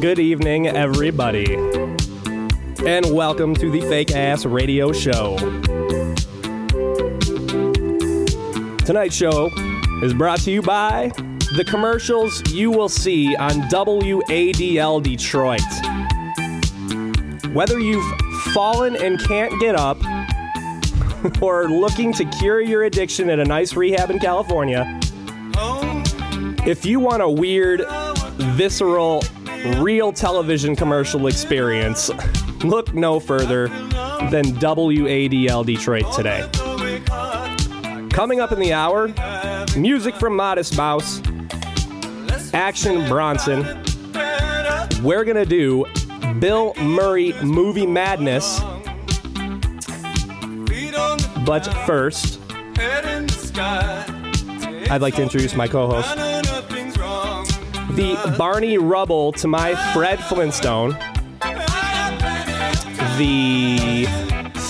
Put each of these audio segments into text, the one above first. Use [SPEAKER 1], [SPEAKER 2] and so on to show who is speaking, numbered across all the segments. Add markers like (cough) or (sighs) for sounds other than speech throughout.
[SPEAKER 1] Good evening, everybody. And welcome to the Fake Ass Radio Show. Tonight's show is brought to you by the commercials you will see on WADL Detroit. Whether you've fallen and can't get up, (laughs) or looking to cure your addiction at a nice rehab in California, if you want a weird, visceral, real television commercial experience, look no further than WADL Detroit today. Coming up in the hour, music from Modest Mouse, Action Bronson. We're going to do Bill Murray Movie Madness, but first, I'd like to introduce my co host, the Barney Rubble to my Fred Flintstone, the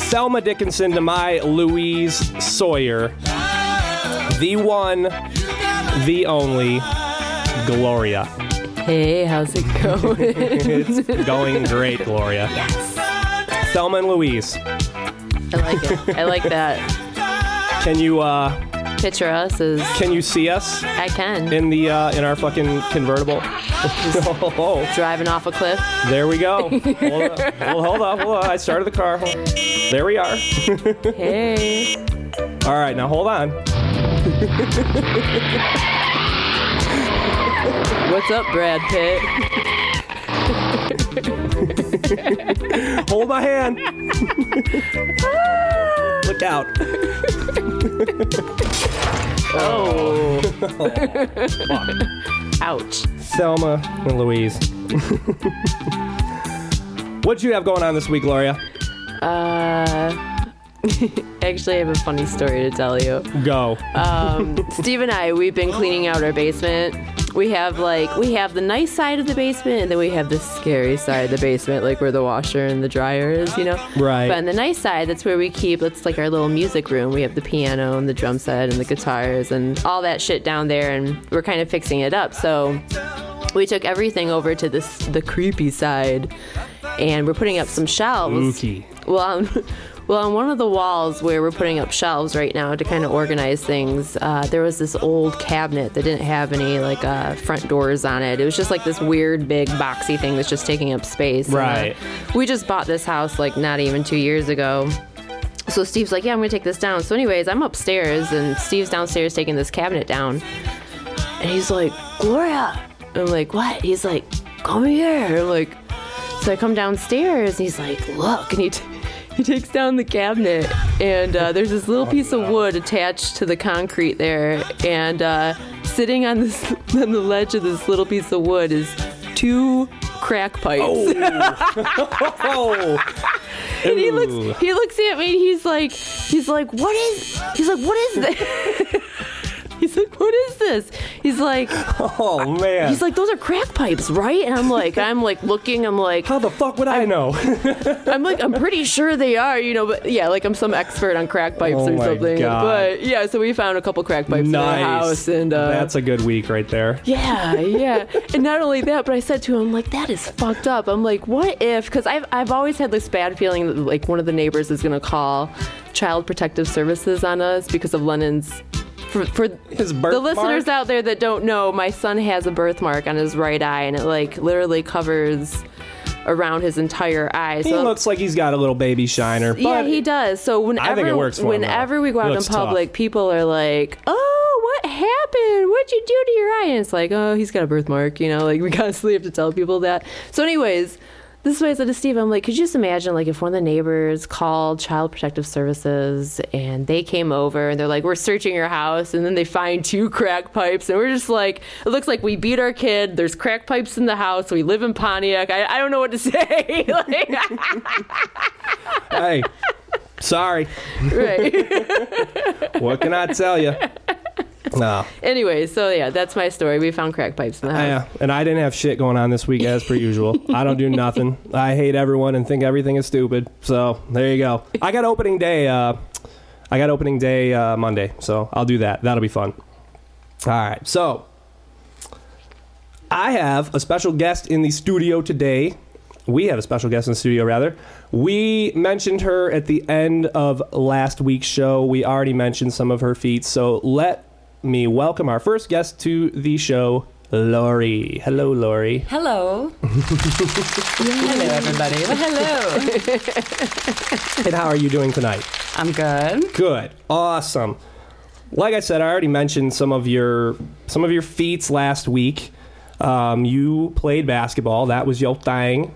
[SPEAKER 1] Thelma Dickinson to my Louise Sawyer, the one, the only, Gloria.
[SPEAKER 2] Hey, how's it going? (laughs)
[SPEAKER 1] It's going great, Gloria. Thelma and Louise,
[SPEAKER 2] I like it. I like that.
[SPEAKER 1] can you uh,
[SPEAKER 2] Picture us as
[SPEAKER 1] can you see us
[SPEAKER 2] I can
[SPEAKER 1] in the uh, in our fucking convertible? (laughs) Oh.
[SPEAKER 2] driving off a cliff.
[SPEAKER 1] There we go. Hold up. Well, hold up. Hold up. I started the car. Hold- There we are.
[SPEAKER 2] Hey,
[SPEAKER 1] All right, now hold on.
[SPEAKER 2] what's up, Brad Pitt?
[SPEAKER 1] Hold my hand. (laughs) Look out. oh.
[SPEAKER 2] Ouch.
[SPEAKER 1] Selma and (laughs) Louise. what you have going on this week, Gloria?
[SPEAKER 2] Uh, (laughs) actually, I have a funny story to tell you.
[SPEAKER 1] Go.
[SPEAKER 2] Uh, Steve and I, we've been cleaning out our basement. We have like we have the nice side of the basement, and then we have the scary side of the basement, like where the washer and the dryer is, you know.
[SPEAKER 1] Right.
[SPEAKER 2] But on the nice side, that's where we keep. That's like our little music room. We have the piano and the drum set and the guitars and all that shit down there, and we're kind of fixing it up. So we took everything over to this the creepy side, and we're putting up some shelves.
[SPEAKER 1] Spooky.
[SPEAKER 2] Well, on, (laughs) well, on one of the walls where we're putting up shelves right now to kind of organize things, uh, there was this old cabinet that didn't have any like uh, front doors on it. It was just like this weird big boxy thing that's just taking up space. And, uh,
[SPEAKER 1] Right.
[SPEAKER 2] we just bought this house like not even two years ago. So Steve's like, yeah, I'm gonna take this down. So, anyways, I'm upstairs and Steve's downstairs taking this cabinet down. And he's like, Gloria. I'm like, what? He's like, come here. I'm like, so I come downstairs. And he's like, look. And he, t- he takes down the cabinet. And uh, there's this little piece of wood attached to the concrete there. And uh, sitting on this (laughs) on the ledge of this little piece of wood is two crack pipes.
[SPEAKER 1] (laughs) Oh.
[SPEAKER 2] And he
[SPEAKER 1] Ooh.
[SPEAKER 2] looks he looks at me and he's like he's like what is he's like what is this (laughs) he's like what is this he's like
[SPEAKER 1] Oh man.
[SPEAKER 2] he's like those are crack pipes right and i'm like i'm like looking i'm like
[SPEAKER 1] How the fuck would I
[SPEAKER 2] (laughs)
[SPEAKER 1] know?
[SPEAKER 2] i'm like i'm pretty sure they are you know but yeah like i'm some expert on crack pipes
[SPEAKER 1] Oh
[SPEAKER 2] or
[SPEAKER 1] my
[SPEAKER 2] something
[SPEAKER 1] God.
[SPEAKER 2] but yeah so we found a couple crack pipes in our house and uh
[SPEAKER 1] That's a good week right there.
[SPEAKER 2] Yeah, yeah. and not only that, but I said to him, like, that is fucked up. I'm like, what if? Because I've, I've always had this bad feeling that, like, one of the neighbors is going to call Child Protective Services on us because of Lennon's. For, for
[SPEAKER 1] His
[SPEAKER 2] the
[SPEAKER 1] birthmark?
[SPEAKER 2] listeners out there that don't know, my son has a birthmark on his right eye, and it, like, literally covers around his entire eye.
[SPEAKER 1] He
[SPEAKER 2] so
[SPEAKER 1] looks like he's got a little baby shiner.
[SPEAKER 2] yeah,
[SPEAKER 1] but
[SPEAKER 2] he does. So whenever
[SPEAKER 1] think it works for him, though.
[SPEAKER 2] whenever we go
[SPEAKER 1] He
[SPEAKER 2] out in
[SPEAKER 1] looks tough.
[SPEAKER 2] public, people are like, "Oh, what happened? What'd you do to
[SPEAKER 3] (laughs)
[SPEAKER 2] your eye?" And it's like, "Oh, he's got a birthmark." You know, like we constantly have to tell people that. So, anyways,
[SPEAKER 3] this is what I said to Steve. I'm like, could you just imagine, like, if one of the neighbors called Child Protective Services and they came over and they're like, we're searching your house, and then they find two crack pipes, and we're just like, it looks like we beat our kid. There's crack pipes in the house. We live in Pontiac. I, I don't know what to (laughs) say. like, (laughs)
[SPEAKER 2] (laughs)
[SPEAKER 1] hey, sorry.
[SPEAKER 3] right.
[SPEAKER 1] What can I tell you?
[SPEAKER 2] (laughs)
[SPEAKER 1] No.
[SPEAKER 3] anyway, so yeah, that's my story. We found crack pipes in the house.
[SPEAKER 1] Yeah, and I didn't have shit going on this week as per usual. I don't do nothing. I hate everyone and think everything is stupid. So there you go. I got opening day. Uh, I got opening day uh, Monday, so I'll do that. That'll be fun. All right. So I have a special guest in the studio today. We have a special guest in the studio, rather. We mentioned her at the end of last week's show. We already mentioned some of her feats. So let me welcome our first guest to the show, Lori. Hello, Lori. (laughs)
[SPEAKER 2] Hello. Hello, everybody. Well,
[SPEAKER 3] (laughs)
[SPEAKER 2] hello.
[SPEAKER 1] And how are you doing tonight?
[SPEAKER 2] I'm good.
[SPEAKER 1] Good. Awesome. Like I said, I already mentioned some of your some of your feats last week. Um, you played basketball. That was your thing.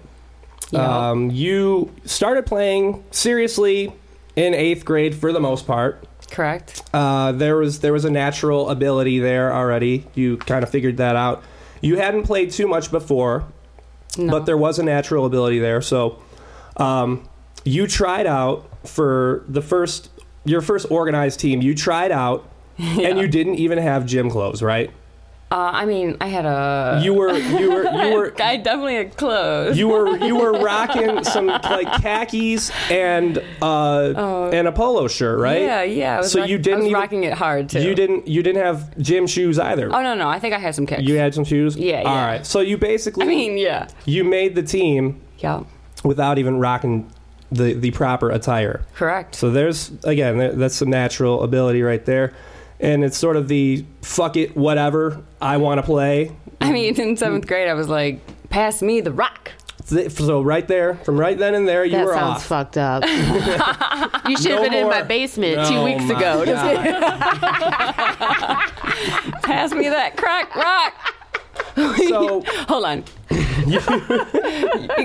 [SPEAKER 2] Yeah.
[SPEAKER 1] Um, you started playing seriously in eighth grade for the most part.
[SPEAKER 2] Correct.
[SPEAKER 1] Uh, there was there was a natural ability there already. You kind of figured that out. You hadn't played too much before,
[SPEAKER 2] No.
[SPEAKER 1] but there was a natural ability there. So, um, you tried out for the first your first organized team. You tried
[SPEAKER 2] (laughs)
[SPEAKER 1] out, and you didn't even have gym clothes, right?
[SPEAKER 2] Uh, I mean, I had a.
[SPEAKER 1] You were you were you
[SPEAKER 2] (laughs)
[SPEAKER 1] were
[SPEAKER 2] I definitely had clothes.
[SPEAKER 1] you were you were rocking some like khakis and uh, and a polo shirt, right?
[SPEAKER 2] Oh. Yeah, yeah. I was
[SPEAKER 1] so
[SPEAKER 2] rock-
[SPEAKER 1] you didn't
[SPEAKER 2] I was
[SPEAKER 1] even-
[SPEAKER 2] rocking it hard too.
[SPEAKER 1] You didn't you didn't have gym shoes either.
[SPEAKER 2] Oh no, no. I think I had some kicks.
[SPEAKER 1] You had some shoes?
[SPEAKER 2] Yeah,
[SPEAKER 1] All
[SPEAKER 2] yeah.
[SPEAKER 1] right. So you basically
[SPEAKER 2] (laughs) I mean, yeah.
[SPEAKER 1] you made the team
[SPEAKER 2] Yeah.
[SPEAKER 1] without even rocking the the proper attire.
[SPEAKER 2] Correct.
[SPEAKER 1] So there's again th- that's some natural ability right there. And it's sort of the fuck it whatever I want to play.
[SPEAKER 2] I mean, in seventh grade, I was like, "Pass me the rock."
[SPEAKER 1] Th- So right there, from right then and there, you
[SPEAKER 3] That
[SPEAKER 1] were
[SPEAKER 3] sounds
[SPEAKER 1] off.
[SPEAKER 3] fucked
[SPEAKER 2] (laughs)
[SPEAKER 3] up.
[SPEAKER 1] (laughs)
[SPEAKER 3] you should
[SPEAKER 1] No
[SPEAKER 3] have been in my
[SPEAKER 1] more.
[SPEAKER 3] basement
[SPEAKER 1] Oh
[SPEAKER 3] two weeks
[SPEAKER 1] my
[SPEAKER 3] ago.
[SPEAKER 1] God.
[SPEAKER 2] Pass me that crack rock.
[SPEAKER 1] so
[SPEAKER 2] Hold (laughs) on. you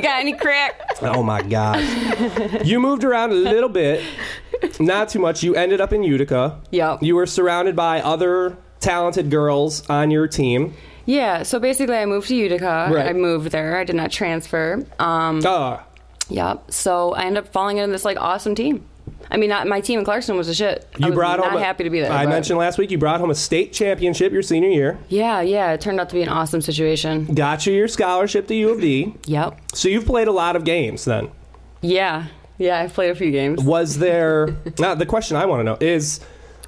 [SPEAKER 2] got any crack?
[SPEAKER 1] oh my god, you moved around a little bit, not too much. You ended up in Utica.
[SPEAKER 2] Yup.
[SPEAKER 1] You were surrounded by other talented girls on your team.
[SPEAKER 2] Yeah. So basically, I moved to Utica.
[SPEAKER 1] Right.
[SPEAKER 2] I moved there. I did not transfer. Um,
[SPEAKER 1] Ah,
[SPEAKER 2] Yep. So I ended up falling into this like awesome team. I mean, not, my team in Clarkson was a shit. I
[SPEAKER 1] You
[SPEAKER 2] was
[SPEAKER 1] brought
[SPEAKER 2] not
[SPEAKER 1] home. a-
[SPEAKER 2] happy to be there.
[SPEAKER 1] I
[SPEAKER 2] but-
[SPEAKER 1] mentioned last week you brought home a state championship your senior year.
[SPEAKER 2] Yeah, yeah. It turned out to be an awesome situation.
[SPEAKER 1] Got you your scholarship to U of D.
[SPEAKER 2] Yep.
[SPEAKER 1] So you've played a lot of games then.
[SPEAKER 2] Yeah, yeah. I've played a few games.
[SPEAKER 1] Was
[SPEAKER 2] (laughs)
[SPEAKER 1] there now the question I want to know is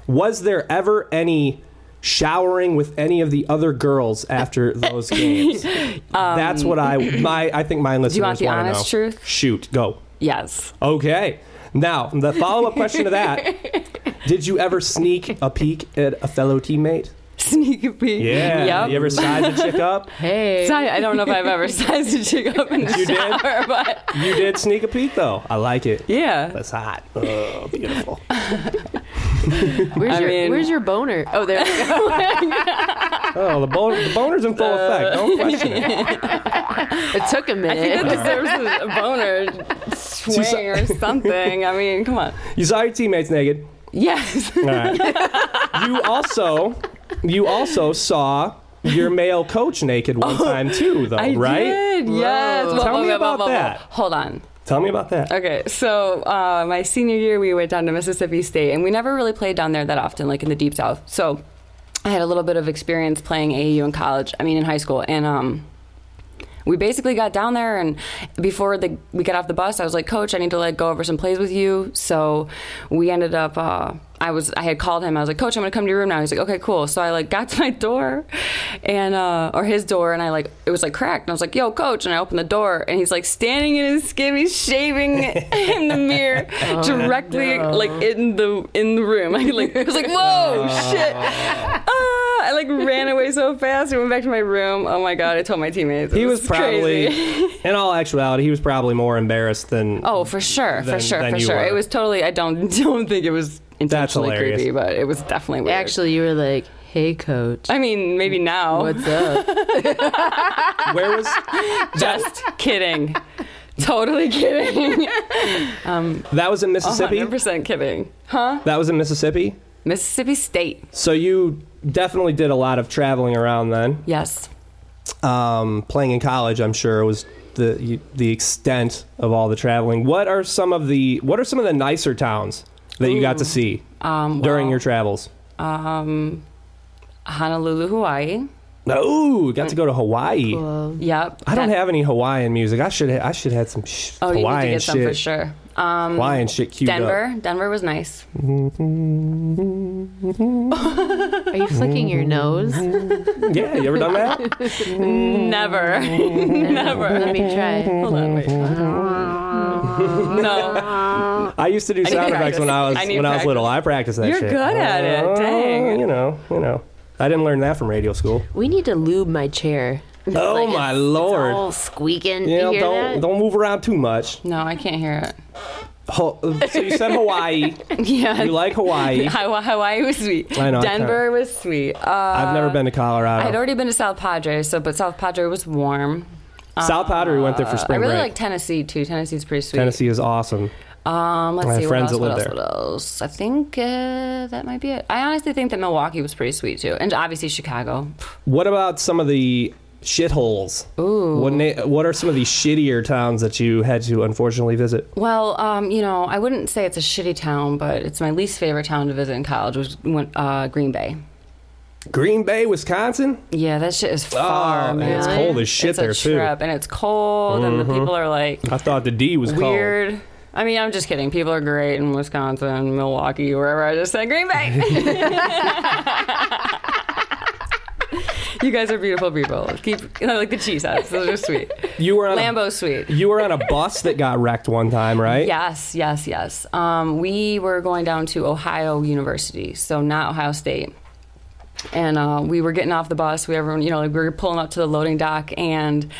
[SPEAKER 1] was there ever any showering with any of the other girls
[SPEAKER 2] (laughs)
[SPEAKER 1] after those games? That's what I my I think my listeners
[SPEAKER 2] Um, want the
[SPEAKER 1] wanna
[SPEAKER 2] honest
[SPEAKER 1] know.
[SPEAKER 2] truth?
[SPEAKER 1] Shoot, go.
[SPEAKER 2] Yes. (laughs)
[SPEAKER 1] Okay. Now, the follow-up question to that.
[SPEAKER 2] (laughs)
[SPEAKER 1] Did you ever sneak a peek at a fellow teammate?
[SPEAKER 2] Sneak a peek.
[SPEAKER 1] Yeah.
[SPEAKER 2] Yep.
[SPEAKER 1] You ever size a chick
[SPEAKER 2] (laughs)
[SPEAKER 1] up?
[SPEAKER 3] Hey.
[SPEAKER 2] Si- I don't know if I've ever (laughs) sized a chick up in the
[SPEAKER 1] You did?
[SPEAKER 2] shower, but
[SPEAKER 1] You did sneak a peek though. I like it.
[SPEAKER 2] yeah.
[SPEAKER 1] That's hot. Oh, beautiful.
[SPEAKER 3] Where's
[SPEAKER 2] I
[SPEAKER 3] your
[SPEAKER 2] mean-
[SPEAKER 3] Where's your boner? Oh, there. we go.
[SPEAKER 1] Oh, the, bon- the boner's in full effect. Don't question it.
[SPEAKER 3] it took a
[SPEAKER 2] I think (laughs)
[SPEAKER 3] minute.
[SPEAKER 2] that deserves
[SPEAKER 1] (laughs)
[SPEAKER 2] a boner swing or something. I mean, come on.
[SPEAKER 1] You saw your teammates naked.
[SPEAKER 2] Yes.
[SPEAKER 1] All right.
[SPEAKER 2] (laughs)
[SPEAKER 1] you also, you also saw your male coach naked one time too, though,
[SPEAKER 2] Oh, I
[SPEAKER 1] right?
[SPEAKER 2] did. Yes.
[SPEAKER 1] Tell me about that.
[SPEAKER 2] Hold on.
[SPEAKER 1] Tell me about that.
[SPEAKER 2] Okay, so uh, my senior year, we went down to Mississippi State, and we never really played down there that often, like in the deep south. So I had a little bit of experience playing AAU in college. I mean, in high school, and um, we basically got down there, and before the, we got off the bus, I was like, "Coach, I need to like go over some plays with you." So we ended up. Uh, I was I had called him. I was like, "Coach, I'm gonna come to your room now." He's like, "Okay, cool." So I like (laughs) got to my door, and uh, or his door, and I like it was like cracked, and I was like, "Yo, coach!" And I opened the door, and he's like standing in his skivvies, shaving (laughs) in the mirror, directly
[SPEAKER 3] no.
[SPEAKER 2] like in the in the room. (laughs) I like I was like, "Whoa, shit!" Ah, I like ran away so fast. I went back to my room. Oh my god! I told my teammates. It
[SPEAKER 1] He was
[SPEAKER 2] crazy.
[SPEAKER 1] probably, (laughs) in all actuality, he was probably more embarrassed than.
[SPEAKER 2] Oh, for sure,
[SPEAKER 1] than-
[SPEAKER 2] for sure,
[SPEAKER 1] than
[SPEAKER 2] for
[SPEAKER 1] you
[SPEAKER 2] sure.
[SPEAKER 1] were.
[SPEAKER 2] It was totally. I don't (laughs) don't think it was intentionally
[SPEAKER 1] hilarious.
[SPEAKER 2] creepy, but it was definitely weird.
[SPEAKER 3] Actually, you were like, "Hey, coach,
[SPEAKER 2] I mean, maybe (laughs) now.
[SPEAKER 3] (laughs) what's up?"
[SPEAKER 1] Where was
[SPEAKER 2] (laughs) Just kidding. Totally kidding.
[SPEAKER 1] That
[SPEAKER 2] (laughs) Oh,
[SPEAKER 1] was in Mississippi.
[SPEAKER 2] 100% kidding. Huh?
[SPEAKER 1] That was in Mississippi.
[SPEAKER 2] Mississippi State.
[SPEAKER 1] So you definitely did a lot of traveling around then.
[SPEAKER 2] Yes.
[SPEAKER 1] Um, playing in college, I'm sure was the you- the extent of all the traveling. What are some of the what are some of the nicer towns that you got to see
[SPEAKER 2] Um,
[SPEAKER 1] during
[SPEAKER 2] well,
[SPEAKER 1] your travels?
[SPEAKER 2] um, Honolulu, Hawaii.
[SPEAKER 1] Oh, got to go to Hawaii.
[SPEAKER 3] Well,
[SPEAKER 2] Yep.
[SPEAKER 1] I don't
[SPEAKER 2] That-
[SPEAKER 1] have any Hawaiian music. I should ha- I should have some sh-
[SPEAKER 2] Oh, you
[SPEAKER 1] Hawaiian
[SPEAKER 2] need to get some
[SPEAKER 1] shit.
[SPEAKER 2] for sure. Um,
[SPEAKER 1] Hawaiian shit queued
[SPEAKER 2] Denver. Denver was nice.
[SPEAKER 3] are you flicking your nose?
[SPEAKER 1] up. Yeah, you ever done
[SPEAKER 2] (laughs)
[SPEAKER 1] that?
[SPEAKER 2] Never. (laughs)
[SPEAKER 3] Let
[SPEAKER 2] Never.
[SPEAKER 3] me try.
[SPEAKER 2] Hold on, (laughs) wait. no.
[SPEAKER 1] I used to do
[SPEAKER 2] need
[SPEAKER 1] sound effects
[SPEAKER 2] practice.
[SPEAKER 1] when I was
[SPEAKER 2] I
[SPEAKER 1] when
[SPEAKER 2] need
[SPEAKER 1] I was
[SPEAKER 2] practice.
[SPEAKER 1] little. I practiced that
[SPEAKER 2] You're
[SPEAKER 1] shit.
[SPEAKER 2] good at it.
[SPEAKER 1] Oh,
[SPEAKER 2] Dang.
[SPEAKER 1] You know, you know. I didn't learn that from radio school.
[SPEAKER 3] We need to lube my chair.
[SPEAKER 1] oh my lord.
[SPEAKER 3] All squeaking.
[SPEAKER 1] Yeah,
[SPEAKER 3] you hear
[SPEAKER 1] don't
[SPEAKER 3] that?
[SPEAKER 1] don't move around too much.
[SPEAKER 2] No, I can't hear
[SPEAKER 1] Ho- so you said Hawaii.
[SPEAKER 2] it. (laughs) Yeah. Uh,
[SPEAKER 1] you like Hawaii?
[SPEAKER 2] Hawaii, Hawaii was sweet.
[SPEAKER 1] I know, I kinda-
[SPEAKER 2] Denver was sweet. Uh,
[SPEAKER 1] I've never been to Colorado.
[SPEAKER 2] I'd already been to South Padre, so but South Padre was warm.
[SPEAKER 1] South Padre. We went there for
[SPEAKER 2] Uh,
[SPEAKER 1] spring
[SPEAKER 2] I really
[SPEAKER 1] break.
[SPEAKER 2] like Tennessee too. Tennessee's pretty sweet.
[SPEAKER 1] Tennessee is awesome.
[SPEAKER 2] Um, let's
[SPEAKER 1] have
[SPEAKER 2] see
[SPEAKER 1] friends
[SPEAKER 2] what else. What
[SPEAKER 1] that
[SPEAKER 2] else?
[SPEAKER 1] live
[SPEAKER 2] What else? I think uh, that might be it. I honestly think that Milwaukee was pretty sweet too, and obviously Chicago.
[SPEAKER 1] What about some of the shitholes?
[SPEAKER 2] Ooh.
[SPEAKER 1] What, na- what are some of the shittier towns that you had to unfortunately visit?
[SPEAKER 2] Well, um, you know, I wouldn't say it's a shitty town, but it's my least favorite town to visit in college was went, uh, Green Bay.
[SPEAKER 1] Green Bay, Wisconsin.
[SPEAKER 2] Yeah, that shit is far,
[SPEAKER 1] Oh, and
[SPEAKER 2] man.
[SPEAKER 1] it's cold as shit
[SPEAKER 2] It's a
[SPEAKER 1] there, too. Mm-hmm.
[SPEAKER 2] trip, and it's cold, and the people are like
[SPEAKER 1] I thought the D was called.
[SPEAKER 2] weird. I mean, I'm just kidding. People are great in Wisconsin, Milwaukee, wherever. I just said
[SPEAKER 1] (laughs)
[SPEAKER 2] Green Bay. you guys are beautiful people. Keep I like the cheese hats. Those
[SPEAKER 1] (laughs)
[SPEAKER 2] are sweet.
[SPEAKER 1] You were on
[SPEAKER 2] Lambo sweet.
[SPEAKER 1] A, you were on a bus that got wrecked one time, right?
[SPEAKER 2] Yes, yes, yes. Um, we were going down to Ohio University, so not Ohio State. And uh, we were getting off the bus. We everyone, you know, like we were pulling up to the loading dock, and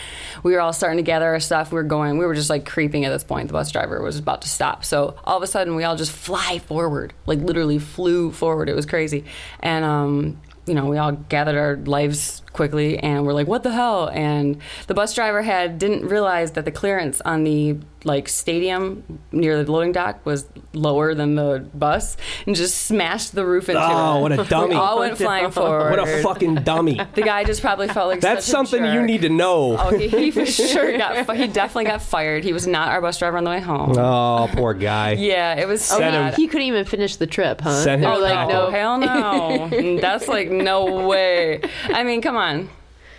[SPEAKER 2] we were all starting to gather our stuff. We were going. We were just like creeping at this point. The bus driver was about to stop, so all of a sudden we all just fly forward, like literally flew forward. It was crazy, and um, you know, we all gathered our lives quickly and we're like, what the hell? And the bus driver had didn't realize that the clearance on the like stadium near the loading dock was lower than the bus and just smashed the roof into
[SPEAKER 1] Oh,
[SPEAKER 2] it.
[SPEAKER 1] what a dummy.
[SPEAKER 2] (laughs) We all went flying forward.
[SPEAKER 1] What a fucking
[SPEAKER 2] (laughs)
[SPEAKER 1] dummy.
[SPEAKER 2] the guy just probably felt like
[SPEAKER 1] That's
[SPEAKER 2] such a
[SPEAKER 1] something you
[SPEAKER 2] jerk.
[SPEAKER 1] need to know.
[SPEAKER 2] Oh, he, he for sure got. fi- He definitely got fired. He was not our bus driver on the way home.
[SPEAKER 1] Oh, poor guy.
[SPEAKER 2] Yeah, it was. so
[SPEAKER 1] Send him-
[SPEAKER 2] bad.
[SPEAKER 3] He couldn't even finish the trip, huh?
[SPEAKER 1] Send him
[SPEAKER 3] They're like,
[SPEAKER 1] packing.
[SPEAKER 2] Oh,
[SPEAKER 3] no.
[SPEAKER 2] hell
[SPEAKER 1] (laughs)
[SPEAKER 2] no. That's like no way. I mean, come on.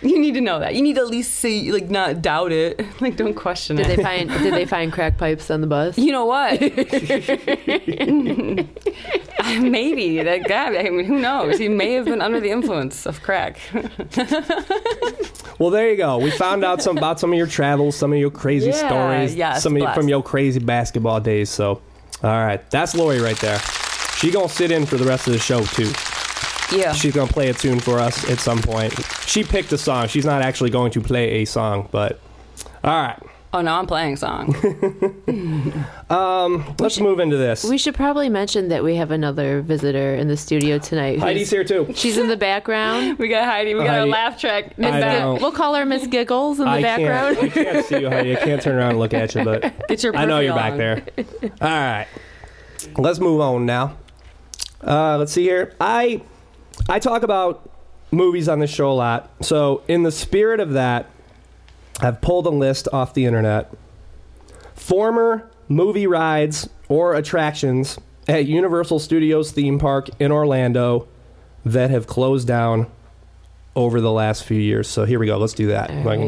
[SPEAKER 2] You need to know that. You need to at least see, like, not doubt it. (laughs) Like, don't question
[SPEAKER 3] Did
[SPEAKER 2] it.
[SPEAKER 3] they find did they find crack pipes on the bus? (laughs)
[SPEAKER 2] you know what? (laughs) Maybe that guy. I mean, who knows? He may have been under the influence of crack.
[SPEAKER 1] Well, there you go. We found out some about some of your travels, some of your crazy
[SPEAKER 2] Yeah,
[SPEAKER 1] stories,
[SPEAKER 2] yes,
[SPEAKER 1] some of your,
[SPEAKER 2] blessed.
[SPEAKER 1] from your crazy basketball days. So, all right, that's Lori right there. She gonna sit in for the rest of the show too.
[SPEAKER 2] Yeah.
[SPEAKER 1] She's gonna play a tune for us at some point. She picked a song. She's not actually going to play a song, but all right,
[SPEAKER 2] Oh no, I'm
[SPEAKER 1] (laughs)
[SPEAKER 2] playing song.
[SPEAKER 1] let's move into this.
[SPEAKER 3] We should probably mention that we have another visitor in the studio tonight.
[SPEAKER 1] Heidi's here too.
[SPEAKER 3] She's in the (laughs) background.
[SPEAKER 2] We got Heidi. We got our
[SPEAKER 1] Heidi.
[SPEAKER 2] laugh track.
[SPEAKER 1] I
[SPEAKER 2] Miss Beck,
[SPEAKER 1] know.
[SPEAKER 3] We'll call her Miss Giggles in the
[SPEAKER 1] I
[SPEAKER 3] background. (laughs)
[SPEAKER 1] can't. I can't see you, Heidi. I can't turn around and look at you, but
[SPEAKER 2] Get your.
[SPEAKER 1] I know
[SPEAKER 2] perfume
[SPEAKER 1] you're back
[SPEAKER 2] on.
[SPEAKER 1] there. All right, let's move on now. Uh, let's see here. I I talk about movies on this show a lot, so in the spirit of that, I've pulled a list off the internet. Former movie rides or attractions at Universal Studios theme park in Orlando that have closed down over the last few years. So here we go. Let's do that. Like,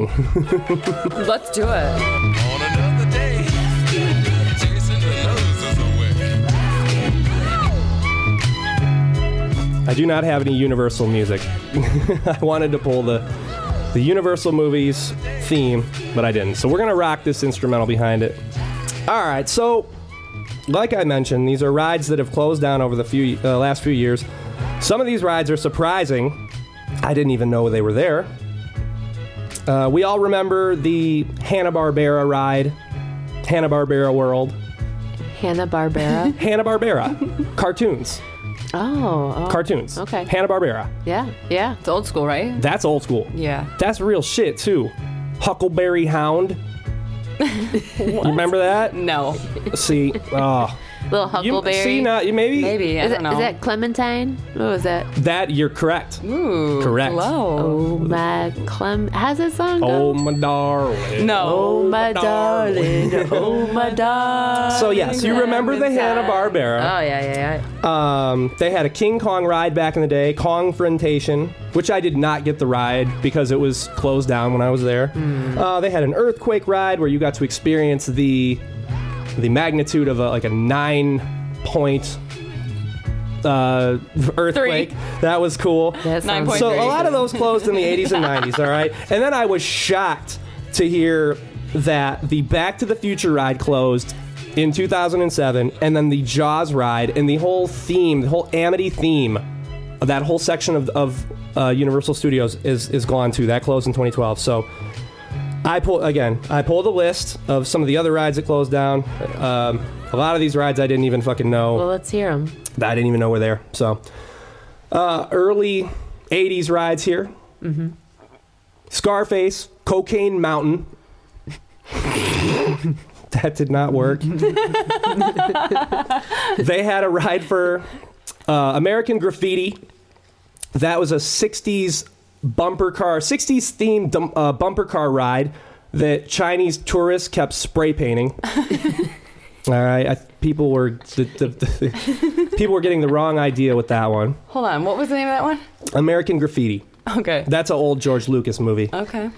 [SPEAKER 2] Let's do it.
[SPEAKER 4] On another day, chasing the losers away.
[SPEAKER 1] I do not have any Universal music. (laughs) I wanted to pull the the Universal movies theme, but I didn't. So we're gonna rock this instrumental behind it. All right, so like I mentioned, these are rides that have closed down over the few uh, last few years. Some of these rides are surprising. I didn't even know they were there. Uh, we all remember the Hanna Barbera ride, Hanna Barbera World,
[SPEAKER 3] Hanna Barbera. (laughs)
[SPEAKER 1] Hanna Barbera cartoons,
[SPEAKER 3] Oh, oh.
[SPEAKER 1] cartoons.
[SPEAKER 3] Okay.
[SPEAKER 1] Hanna Barbera.
[SPEAKER 3] yeah, yeah.
[SPEAKER 2] It's old school, right?
[SPEAKER 1] That's old school.
[SPEAKER 2] Yeah.
[SPEAKER 3] (laughs)
[SPEAKER 1] That's real shit too. Huckleberry Hound, You remember that?
[SPEAKER 2] No,
[SPEAKER 1] See, oh,
[SPEAKER 3] Little
[SPEAKER 1] you
[SPEAKER 3] Huckleberry.
[SPEAKER 1] see now you maybe,
[SPEAKER 2] maybe I
[SPEAKER 3] Is,
[SPEAKER 2] don't
[SPEAKER 3] that,
[SPEAKER 2] know.
[SPEAKER 3] is that Clementine? What was that?
[SPEAKER 1] that you're correct.
[SPEAKER 2] Ooh,
[SPEAKER 1] Correct.
[SPEAKER 2] Hello.
[SPEAKER 3] Oh my Clem. How's that song
[SPEAKER 1] Oh
[SPEAKER 3] go?
[SPEAKER 1] my darling.
[SPEAKER 2] No.
[SPEAKER 3] Oh
[SPEAKER 1] (laughs)
[SPEAKER 3] my darling. Oh my darling.
[SPEAKER 1] So yes, you remember the Hanna Barbera.
[SPEAKER 3] Oh yeah, yeah, yeah.
[SPEAKER 1] Um, they had a King Kong ride back in the day, Kongfrontation, which I did not get the ride because it was closed down when I was there. Uh, they had an earthquake ride where you got to experience the the magnitude of a, like a nine point uh, earthquake. That was cool.
[SPEAKER 3] That sounds
[SPEAKER 2] 9.3.
[SPEAKER 1] So a
[SPEAKER 2] Very
[SPEAKER 1] lot of those closed in the 80s and 90s, all right? And then I was shocked to hear that the Back to the Future ride closed in 2007 and then the Jaws ride and the whole theme, the whole Amity theme of that whole section of, of uh, Universal Studios is, is gone too. That closed in 2012. So I pull again. I pulled a list of some of the other rides that closed down. Um, a lot of these rides I didn't even fucking know
[SPEAKER 3] Well, let's hear them.
[SPEAKER 1] that I didn't even know were there. So, uh, early 80s rides here Scarface, Cocaine Mountain. that did not work. they had a ride for uh, American Graffiti. That was a 60s bumper car, 60s themed dum- uh, bumper car ride that Chinese tourists kept spray painting. All right, I, people were the, the, the- people were getting the wrong idea with that one.
[SPEAKER 2] Hold on. What was the name of that one?
[SPEAKER 1] American Graffiti.
[SPEAKER 2] Okay.
[SPEAKER 1] That's an old George Lucas movie.
[SPEAKER 2] okay.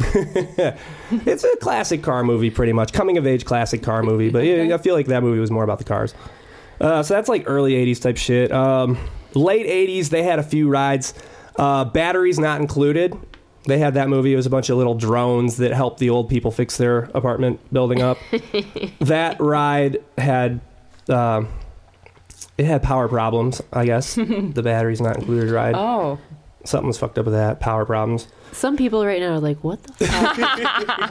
[SPEAKER 1] It's a classic car movie, pretty much coming of age classic car movie. But yeah, I feel like that movie was more about the cars. Uh, so that's like early '80s type shit. Um, late '80s, they had a few rides. Uh, batteries not included. They had that movie. It was a bunch of little drones that helped the old people fix their apartment building up. that ride had. Um, it had power problems, I guess. the batteries not included ride.
[SPEAKER 2] Oh.
[SPEAKER 1] Something was fucked up with that. Power problems.
[SPEAKER 3] Some people right now are like, "What the fuck?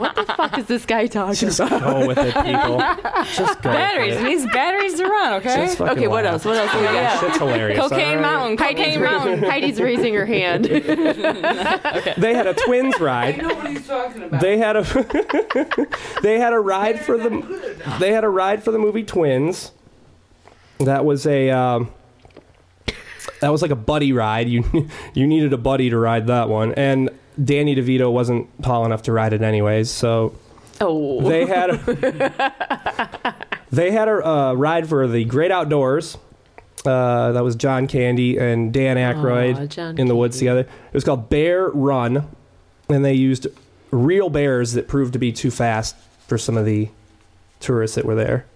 [SPEAKER 1] (laughs)
[SPEAKER 3] what the fuck is this guy talking
[SPEAKER 1] Just
[SPEAKER 3] about?"
[SPEAKER 1] go with it, people. Just go. with
[SPEAKER 2] Batteries.
[SPEAKER 1] it.
[SPEAKER 2] It needs batteries to run. Okay.
[SPEAKER 1] Just fucking
[SPEAKER 3] Okay, what
[SPEAKER 1] laugh.
[SPEAKER 3] else? What else? We got?
[SPEAKER 1] That Shit's hilarious.
[SPEAKER 2] Cocaine
[SPEAKER 1] all right?
[SPEAKER 2] Mountain. Cocaine Mountain.
[SPEAKER 3] Heidi's raising
[SPEAKER 1] (laughs)
[SPEAKER 3] her hand.
[SPEAKER 1] They had a
[SPEAKER 3] (laughs)
[SPEAKER 1] twins ride. They had a (laughs) they had a ride for the they had a ride for the movie Twins. That was a um, that was like a buddy ride. You (laughs) you needed a buddy to ride that one, and Danny DeVito wasn't tall enough to ride it anyways. So
[SPEAKER 3] oh,
[SPEAKER 1] they had a,
[SPEAKER 3] (laughs)
[SPEAKER 1] they had a uh, ride for the Great Outdoors. Uh, that was John Candy and Dan
[SPEAKER 3] Aw,
[SPEAKER 1] Aykroyd
[SPEAKER 3] John
[SPEAKER 1] in the woods
[SPEAKER 3] Candy.
[SPEAKER 1] together. It was called Bear Run, and they used real bears that proved to be too fast for some of the tourists that were
[SPEAKER 3] (laughs)
[SPEAKER 1] there.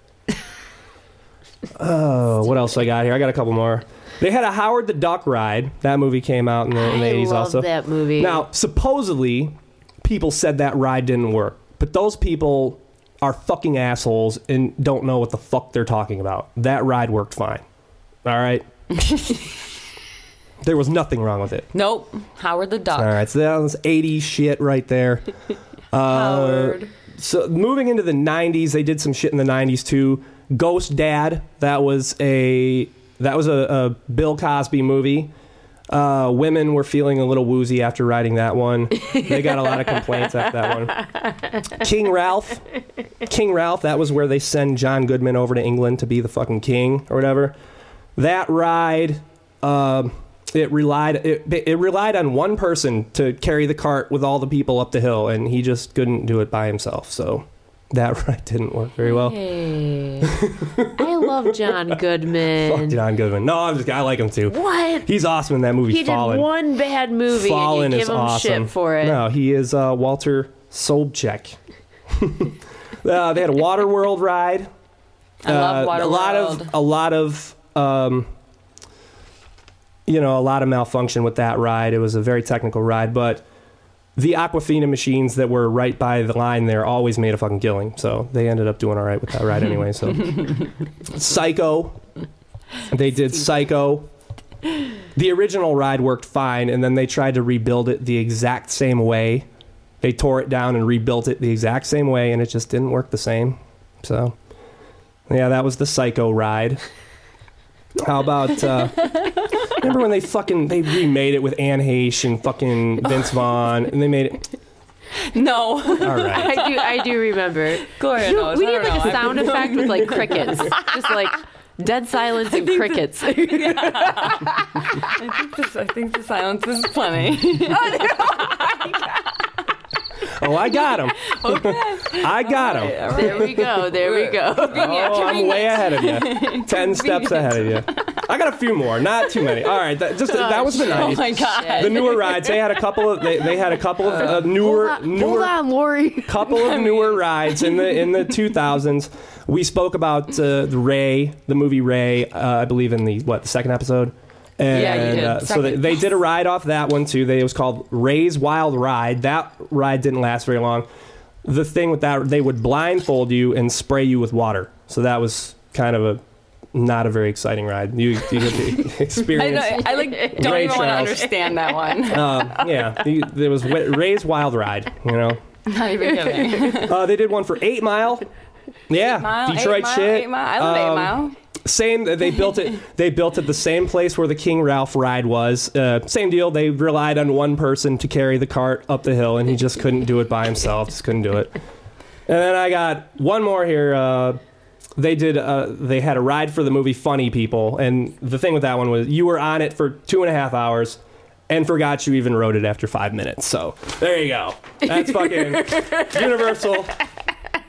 [SPEAKER 1] Oh, what else I got here? I got a couple more. They had a Howard the Duck ride. That movie came out in the, in the
[SPEAKER 3] I
[SPEAKER 1] 80s
[SPEAKER 3] love
[SPEAKER 1] also.
[SPEAKER 3] that movie.
[SPEAKER 1] Now, supposedly, people said that ride didn't work, but those people are fucking assholes and don't know what the fuck they're talking about. That ride worked fine. All right. there was nothing wrong with it.
[SPEAKER 2] Nope. Howard the Duck.
[SPEAKER 1] All right. So that was 80s shit right there. Uh,
[SPEAKER 2] Howard.
[SPEAKER 1] so moving into the 90s, they did some shit in the 90s too. Ghost Dad, that was a that was a, a Bill Cosby movie. Uh, women were feeling a little woozy after riding that one. They got a lot
[SPEAKER 3] (laughs)
[SPEAKER 1] of complaints after that one. King Ralph, King Ralph, that was where they send John Goodman over to England to be the fucking king or whatever. That ride, um, it relied it, it relied on one person to carry the cart with all the people up the hill, and he just couldn't do it by himself. So that (laughs) ride didn't work very well.
[SPEAKER 3] Hey. I love John
[SPEAKER 1] (laughs)
[SPEAKER 3] Goodman.
[SPEAKER 1] Fuck John Goodman. No, I'm just I like him too.
[SPEAKER 3] What?
[SPEAKER 1] He's awesome in that movie.
[SPEAKER 3] He did
[SPEAKER 1] Fallen.
[SPEAKER 3] one bad movie
[SPEAKER 1] Fallen
[SPEAKER 3] and you give
[SPEAKER 1] is
[SPEAKER 3] him
[SPEAKER 1] awesome.
[SPEAKER 3] shit for it.
[SPEAKER 1] No, he is uh, Walter Sobchak. (laughs) uh, they had a Waterworld ride.
[SPEAKER 2] I love
[SPEAKER 1] Uh,
[SPEAKER 2] Waterworld.
[SPEAKER 1] A lot of a lot of um, you know a lot of malfunction with that ride. It was a very technical ride, but the Aquafina machines that were right by the line there always made a fucking killing. So they ended up doing all right with that ride anyway.
[SPEAKER 2] (laughs)
[SPEAKER 1] So Psycho, they did Psycho. The original ride worked fine, and then they tried to rebuild it the exact same way. They tore it down and rebuilt it the exact same way, and it just didn't work the same. So, yeah, that was the psycho ride. How about uh, remember when they fucking they remade it with Anne Heche and fucking Vince Vaughn, and they made it
[SPEAKER 2] No, (laughs)
[SPEAKER 1] All right.
[SPEAKER 3] (laughs) I do. I do remember.
[SPEAKER 2] Gloria
[SPEAKER 3] You-
[SPEAKER 2] knows. (laughs)
[SPEAKER 3] we
[SPEAKER 2] I
[SPEAKER 3] need
[SPEAKER 2] don't
[SPEAKER 3] like
[SPEAKER 2] know.
[SPEAKER 3] a sound effect with like crickets, just like
[SPEAKER 1] (laughs)
[SPEAKER 3] dead silence and crickets.
[SPEAKER 2] I think the silence is funny. (laughs)
[SPEAKER 1] Oh, I got him. I got him.
[SPEAKER 3] there we go. There we go.
[SPEAKER 1] Oh, I'm way ahead of
[SPEAKER 3] (laughs)
[SPEAKER 1] you. Ten steps ahead of you. I got a few more, not too many. All right, that, just that was the
[SPEAKER 2] Oh
[SPEAKER 1] nineties.
[SPEAKER 2] my god.
[SPEAKER 1] the newer rides, they had a couple of they, they had a couple of uh, newer
[SPEAKER 3] Hold
[SPEAKER 1] newer
[SPEAKER 3] on, Lori.
[SPEAKER 1] couple of newer rides in the
[SPEAKER 2] (laughs)
[SPEAKER 1] in the 2000s. We spoke about uh, the Ray, the movie Ray, uh, I believe in the what the second episode. And,
[SPEAKER 2] Yeah, you did.
[SPEAKER 1] Uh, so they,
[SPEAKER 2] Second.
[SPEAKER 1] they did a ride off that one too. They, it was called Ray's Wild Ride. That ride didn't last very long. The thing with that, they would blindfold you and spray you with water. So that was kind of a not a very exciting ride. You, you get the
[SPEAKER 2] (laughs) I,
[SPEAKER 1] experience.
[SPEAKER 2] know, I like don't
[SPEAKER 1] Ray
[SPEAKER 2] even want to
[SPEAKER 1] Charles.
[SPEAKER 2] understand that one.
[SPEAKER 1] Uh, yeah, you- there was Wa- Ray's Wild Ride. You know,
[SPEAKER 2] Not even
[SPEAKER 3] (laughs)
[SPEAKER 2] kidding.
[SPEAKER 1] Uh, they did one for Eight Mile. Yeah,
[SPEAKER 2] Mile,
[SPEAKER 1] Detroit
[SPEAKER 2] eight mile,
[SPEAKER 1] shit.
[SPEAKER 2] Eight mile. I love eight
[SPEAKER 1] Um,
[SPEAKER 2] mile.
[SPEAKER 1] Same. They built it. They built it the same place where the King Ralph ride was. Uh, same deal. They relied on one person to carry the cart up the hill, and he just couldn't do it by himself. Just couldn't do it. And then I got one more here. Uh, they did. Uh, they had a ride for the movie Funny People, and the thing with that one was you were on it for two and a half hours. And forgot you even rode it after five minutes. So there you go. That's fucking Universal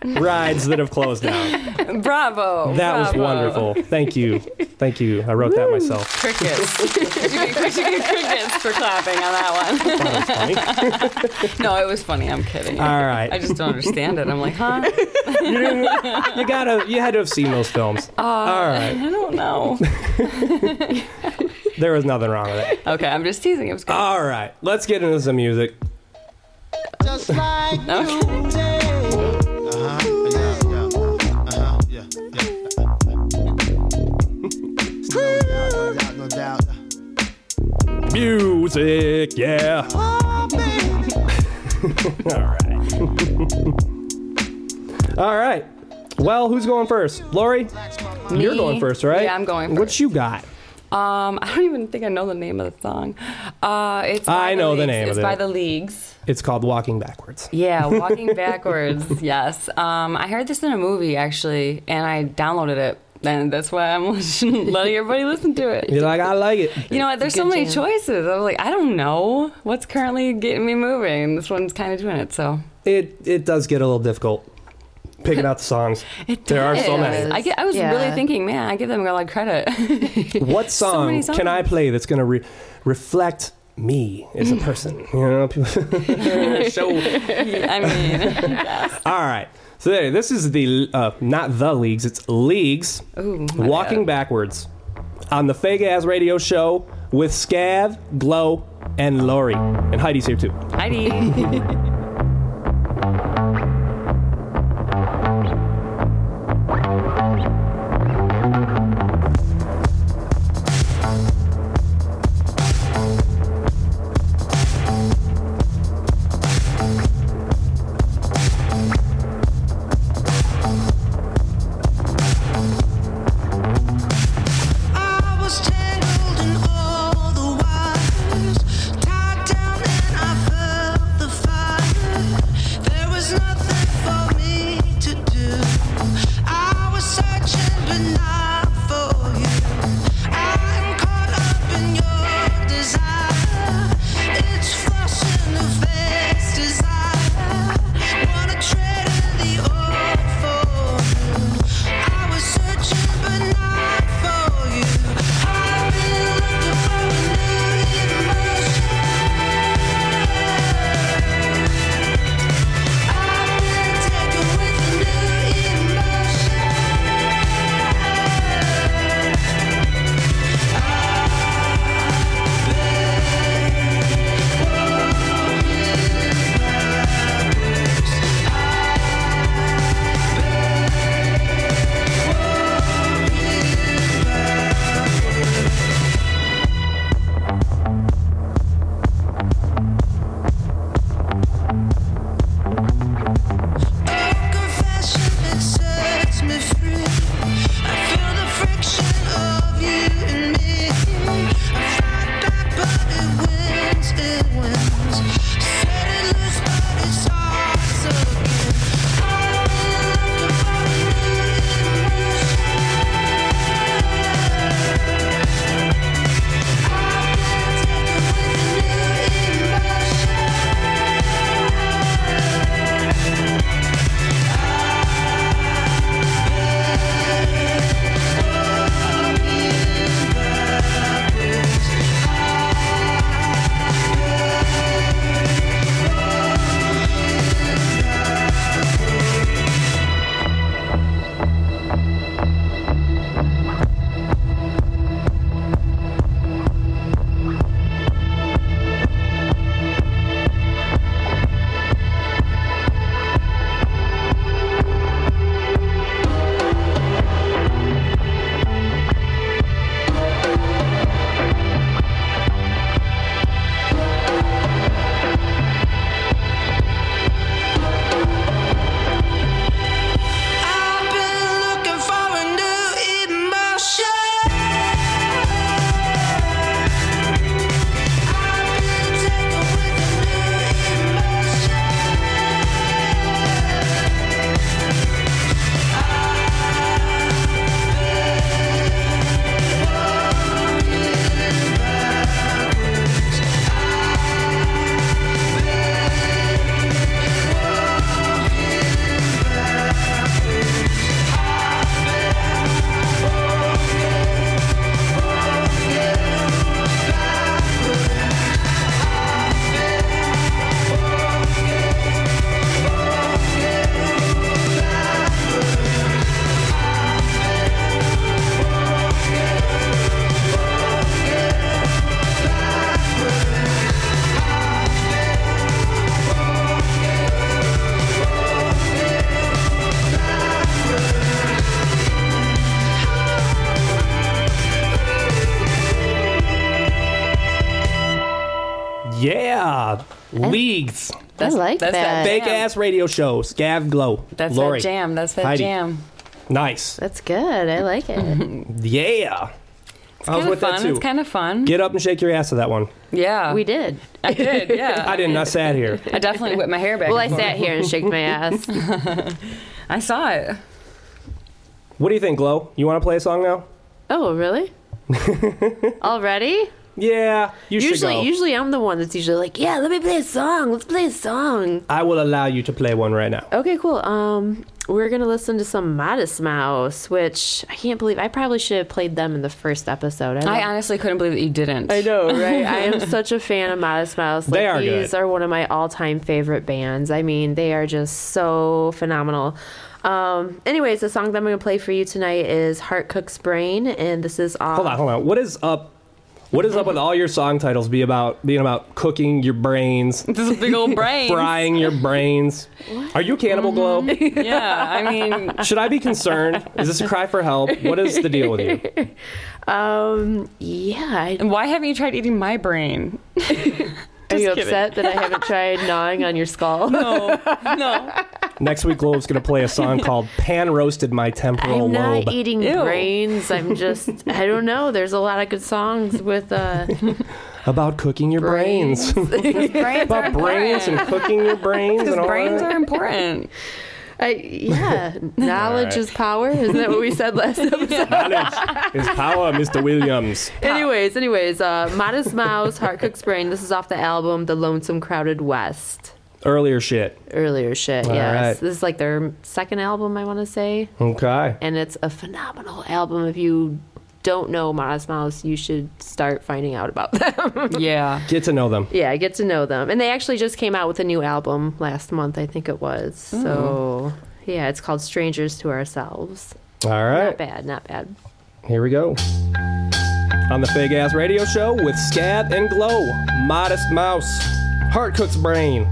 [SPEAKER 1] rides that have closed down.
[SPEAKER 2] Bravo.
[SPEAKER 1] That was
[SPEAKER 2] bravo.
[SPEAKER 1] wonderful. Thank you. Thank you. I wrote that myself.
[SPEAKER 2] Crickets. (laughs) you get crickets- you get crickets for clapping on that one. (laughs)
[SPEAKER 1] That was funny.
[SPEAKER 2] No, it was funny. I'm kidding.
[SPEAKER 1] All
[SPEAKER 2] I
[SPEAKER 1] right.
[SPEAKER 2] just don't understand it. I'm like, huh?
[SPEAKER 1] You, didn't- you gotta you had to have seen those films. All right.
[SPEAKER 2] I don't know.
[SPEAKER 1] There was nothing wrong with it.
[SPEAKER 2] Okay, I'm just teasing. It was good.
[SPEAKER 1] All right. Let's get into some music.
[SPEAKER 5] Just like
[SPEAKER 2] No.
[SPEAKER 5] you did.
[SPEAKER 6] Yeah, yeah.
[SPEAKER 5] Ooh,
[SPEAKER 6] No doubt, no doubt.
[SPEAKER 1] Music, yeah.
[SPEAKER 5] oh, baby.
[SPEAKER 1] All right. All right. Well, who's going first? Lori? You're
[SPEAKER 2] Me?
[SPEAKER 1] going first, right?
[SPEAKER 2] Yeah, I'm going
[SPEAKER 1] What
[SPEAKER 2] first.
[SPEAKER 1] you got?
[SPEAKER 2] Um, I don't even think I know the name of the song. Uh, it's by
[SPEAKER 1] I know the
[SPEAKER 2] Leagues.
[SPEAKER 1] name of
[SPEAKER 2] It's
[SPEAKER 1] it.
[SPEAKER 2] by the Leagues.
[SPEAKER 1] It's called Walking Backwards.
[SPEAKER 2] Yeah, walking
[SPEAKER 1] (laughs)
[SPEAKER 2] backwards. yes. Um, I heard this in a movie actually, and I downloaded it, and that's why I'm (laughs) letting everybody listen to it.
[SPEAKER 1] You're like, I like it.
[SPEAKER 2] You know what? There's so
[SPEAKER 3] Good
[SPEAKER 2] many
[SPEAKER 3] jam.
[SPEAKER 2] choices. I was like, I don't know what's currently getting me moving. and This one's kind of doing it. So
[SPEAKER 1] It it does get a little difficult picking out the songs.
[SPEAKER 2] (laughs) it
[SPEAKER 1] There are so
[SPEAKER 2] does.
[SPEAKER 1] many.
[SPEAKER 2] I, get, I was
[SPEAKER 3] Yeah.
[SPEAKER 2] really thinking, man, I give them a lot of credit. (laughs)
[SPEAKER 1] What
[SPEAKER 2] many
[SPEAKER 1] song
[SPEAKER 2] songs.
[SPEAKER 1] can I play that's going to re- reflect me as a
[SPEAKER 2] Mm.
[SPEAKER 1] person? You know, people. (laughs)
[SPEAKER 2] (laughs)
[SPEAKER 1] so,
[SPEAKER 2] I mean,
[SPEAKER 1] all right. So there, this is the uh, not the leagues, it's leagues.
[SPEAKER 2] Ooh, my
[SPEAKER 1] walking
[SPEAKER 2] bad.
[SPEAKER 1] backwards on the Fake Ass Radio Show with Scav, Glow, and Lori, and Heidi's here too. (laughs)
[SPEAKER 2] Heidi.
[SPEAKER 7] I was tangled in all the wires, tied down and I felt the fire. There was nothing for me to do. I was searching, but not for you. I am caught up in your desire. It's flushing the face desire. Wanna trade in the old for new. I was searching, but not for you. I've been looking for a new emotion. I've been taken with a new emotion.
[SPEAKER 1] Yeah. Leagues.
[SPEAKER 2] That's-
[SPEAKER 3] I like
[SPEAKER 2] that's that
[SPEAKER 3] that.
[SPEAKER 2] big-
[SPEAKER 1] Fake ass radio show. Scav Glow.
[SPEAKER 2] That's
[SPEAKER 1] Lori.
[SPEAKER 2] that jam. That's that
[SPEAKER 1] Heidi.
[SPEAKER 2] jam.
[SPEAKER 1] Nice.
[SPEAKER 3] That's good. I like
[SPEAKER 1] (laughs)
[SPEAKER 3] it.
[SPEAKER 1] Yeah. I was
[SPEAKER 2] Kinda
[SPEAKER 1] with
[SPEAKER 2] fun.
[SPEAKER 1] that too.
[SPEAKER 2] It's kind of fun.
[SPEAKER 1] Get up and shake your ass to that one.
[SPEAKER 2] yeah,
[SPEAKER 3] we did.
[SPEAKER 2] I
[SPEAKER 3] (laughs)
[SPEAKER 2] did. Yeah,
[SPEAKER 1] I didn't. I sat
[SPEAKER 2] (laughs)
[SPEAKER 1] here.
[SPEAKER 2] I definitely whipped my hair back.
[SPEAKER 3] Well, I
[SPEAKER 2] and forth.
[SPEAKER 3] sat here and shook
[SPEAKER 1] (laughs)
[SPEAKER 3] my ass.
[SPEAKER 2] I saw it.
[SPEAKER 1] What do you think, Glow? You want to play a song now? (laughs)
[SPEAKER 3] Oh, really? Already?
[SPEAKER 1] Yeah. You should go.
[SPEAKER 3] Usually, usually I'm the one that's usually like, yeah, let me play a song. Let's play a song.
[SPEAKER 1] I will allow you to play one right now.
[SPEAKER 3] Okay, cool. Um, we're gonna listen to some Modest Mouse, which I can't believe I probably should have played them in the first episode.
[SPEAKER 2] I
[SPEAKER 3] love-
[SPEAKER 2] honestly couldn't believe that you didn't.
[SPEAKER 3] I know, right? I am such a fan of Modest Mouse. Like,
[SPEAKER 1] They are
[SPEAKER 3] these
[SPEAKER 1] good.
[SPEAKER 3] are one of my all-time favorite bands. I mean, they are just so phenomenal. Um, anyways, the song that I'm gonna play for you tonight is Heart Cook's Brain, and this is off.
[SPEAKER 2] Oh.
[SPEAKER 1] Hold on, hold on. What is up? What is up with all your song titles be about being about cooking your brains,
[SPEAKER 2] (laughs) This is big
[SPEAKER 1] (laughs)
[SPEAKER 2] old brain.
[SPEAKER 1] frying your brains? Are you cannibal
[SPEAKER 2] Oh,
[SPEAKER 1] glow?
[SPEAKER 2] Yeah, I mean,
[SPEAKER 1] (laughs) Should I be concerned? Is this a cry for help? What is the deal with
[SPEAKER 2] (laughs)
[SPEAKER 1] you?
[SPEAKER 3] Um, yeah, I,
[SPEAKER 2] why haven't you tried eating my brain?
[SPEAKER 3] are you
[SPEAKER 2] kidding.
[SPEAKER 3] upset that I haven't tried gnawing on your skull?
[SPEAKER 2] No, no. (laughs)
[SPEAKER 1] Next week, Glow's gonna play a song called "Pan Roasted My Temporal
[SPEAKER 3] I'm not
[SPEAKER 1] Lobe."
[SPEAKER 3] eating
[SPEAKER 2] Ew.
[SPEAKER 1] (laughs)
[SPEAKER 3] brains. I'm just I don't know. There's a lot of good songs with uh
[SPEAKER 1] about cooking your brains,
[SPEAKER 2] Brains (laughs)
[SPEAKER 1] about brains and cooking your brains and all (laughs)
[SPEAKER 2] brains
[SPEAKER 1] that.
[SPEAKER 2] are important.
[SPEAKER 1] (laughs)
[SPEAKER 3] I, yeah, knowledge
[SPEAKER 1] Alright.
[SPEAKER 3] is power. Isn't that what we
[SPEAKER 1] (laughs)
[SPEAKER 3] said last episode?
[SPEAKER 1] Knowledge is power, Mr. Williams.
[SPEAKER 3] Anyways, anyways, uh Modest Mouse, Heart Cook's Brain. This is off the album The Lonesome Crowded West.
[SPEAKER 1] Earlier shit.
[SPEAKER 3] Earlier shit,
[SPEAKER 1] All
[SPEAKER 3] yes.
[SPEAKER 1] right.
[SPEAKER 3] This is like their second album, I want to say,
[SPEAKER 1] Okay.
[SPEAKER 3] and it's a phenomenal album. If you don't know Modest Mouse, you should start finding out about (laughs) them.
[SPEAKER 2] Yeah.
[SPEAKER 1] Get to know them.
[SPEAKER 3] Yeah, I get to know them. And they actually just came out with a new album last month, I think it was. So, yeah, it's called Strangers to Ourselves.
[SPEAKER 1] All right.
[SPEAKER 3] Not bad, not bad.
[SPEAKER 1] Here we go. On the Fake Ass Radio Show with Scab and Glow, Modest Mouse, Heart Cook's Brain.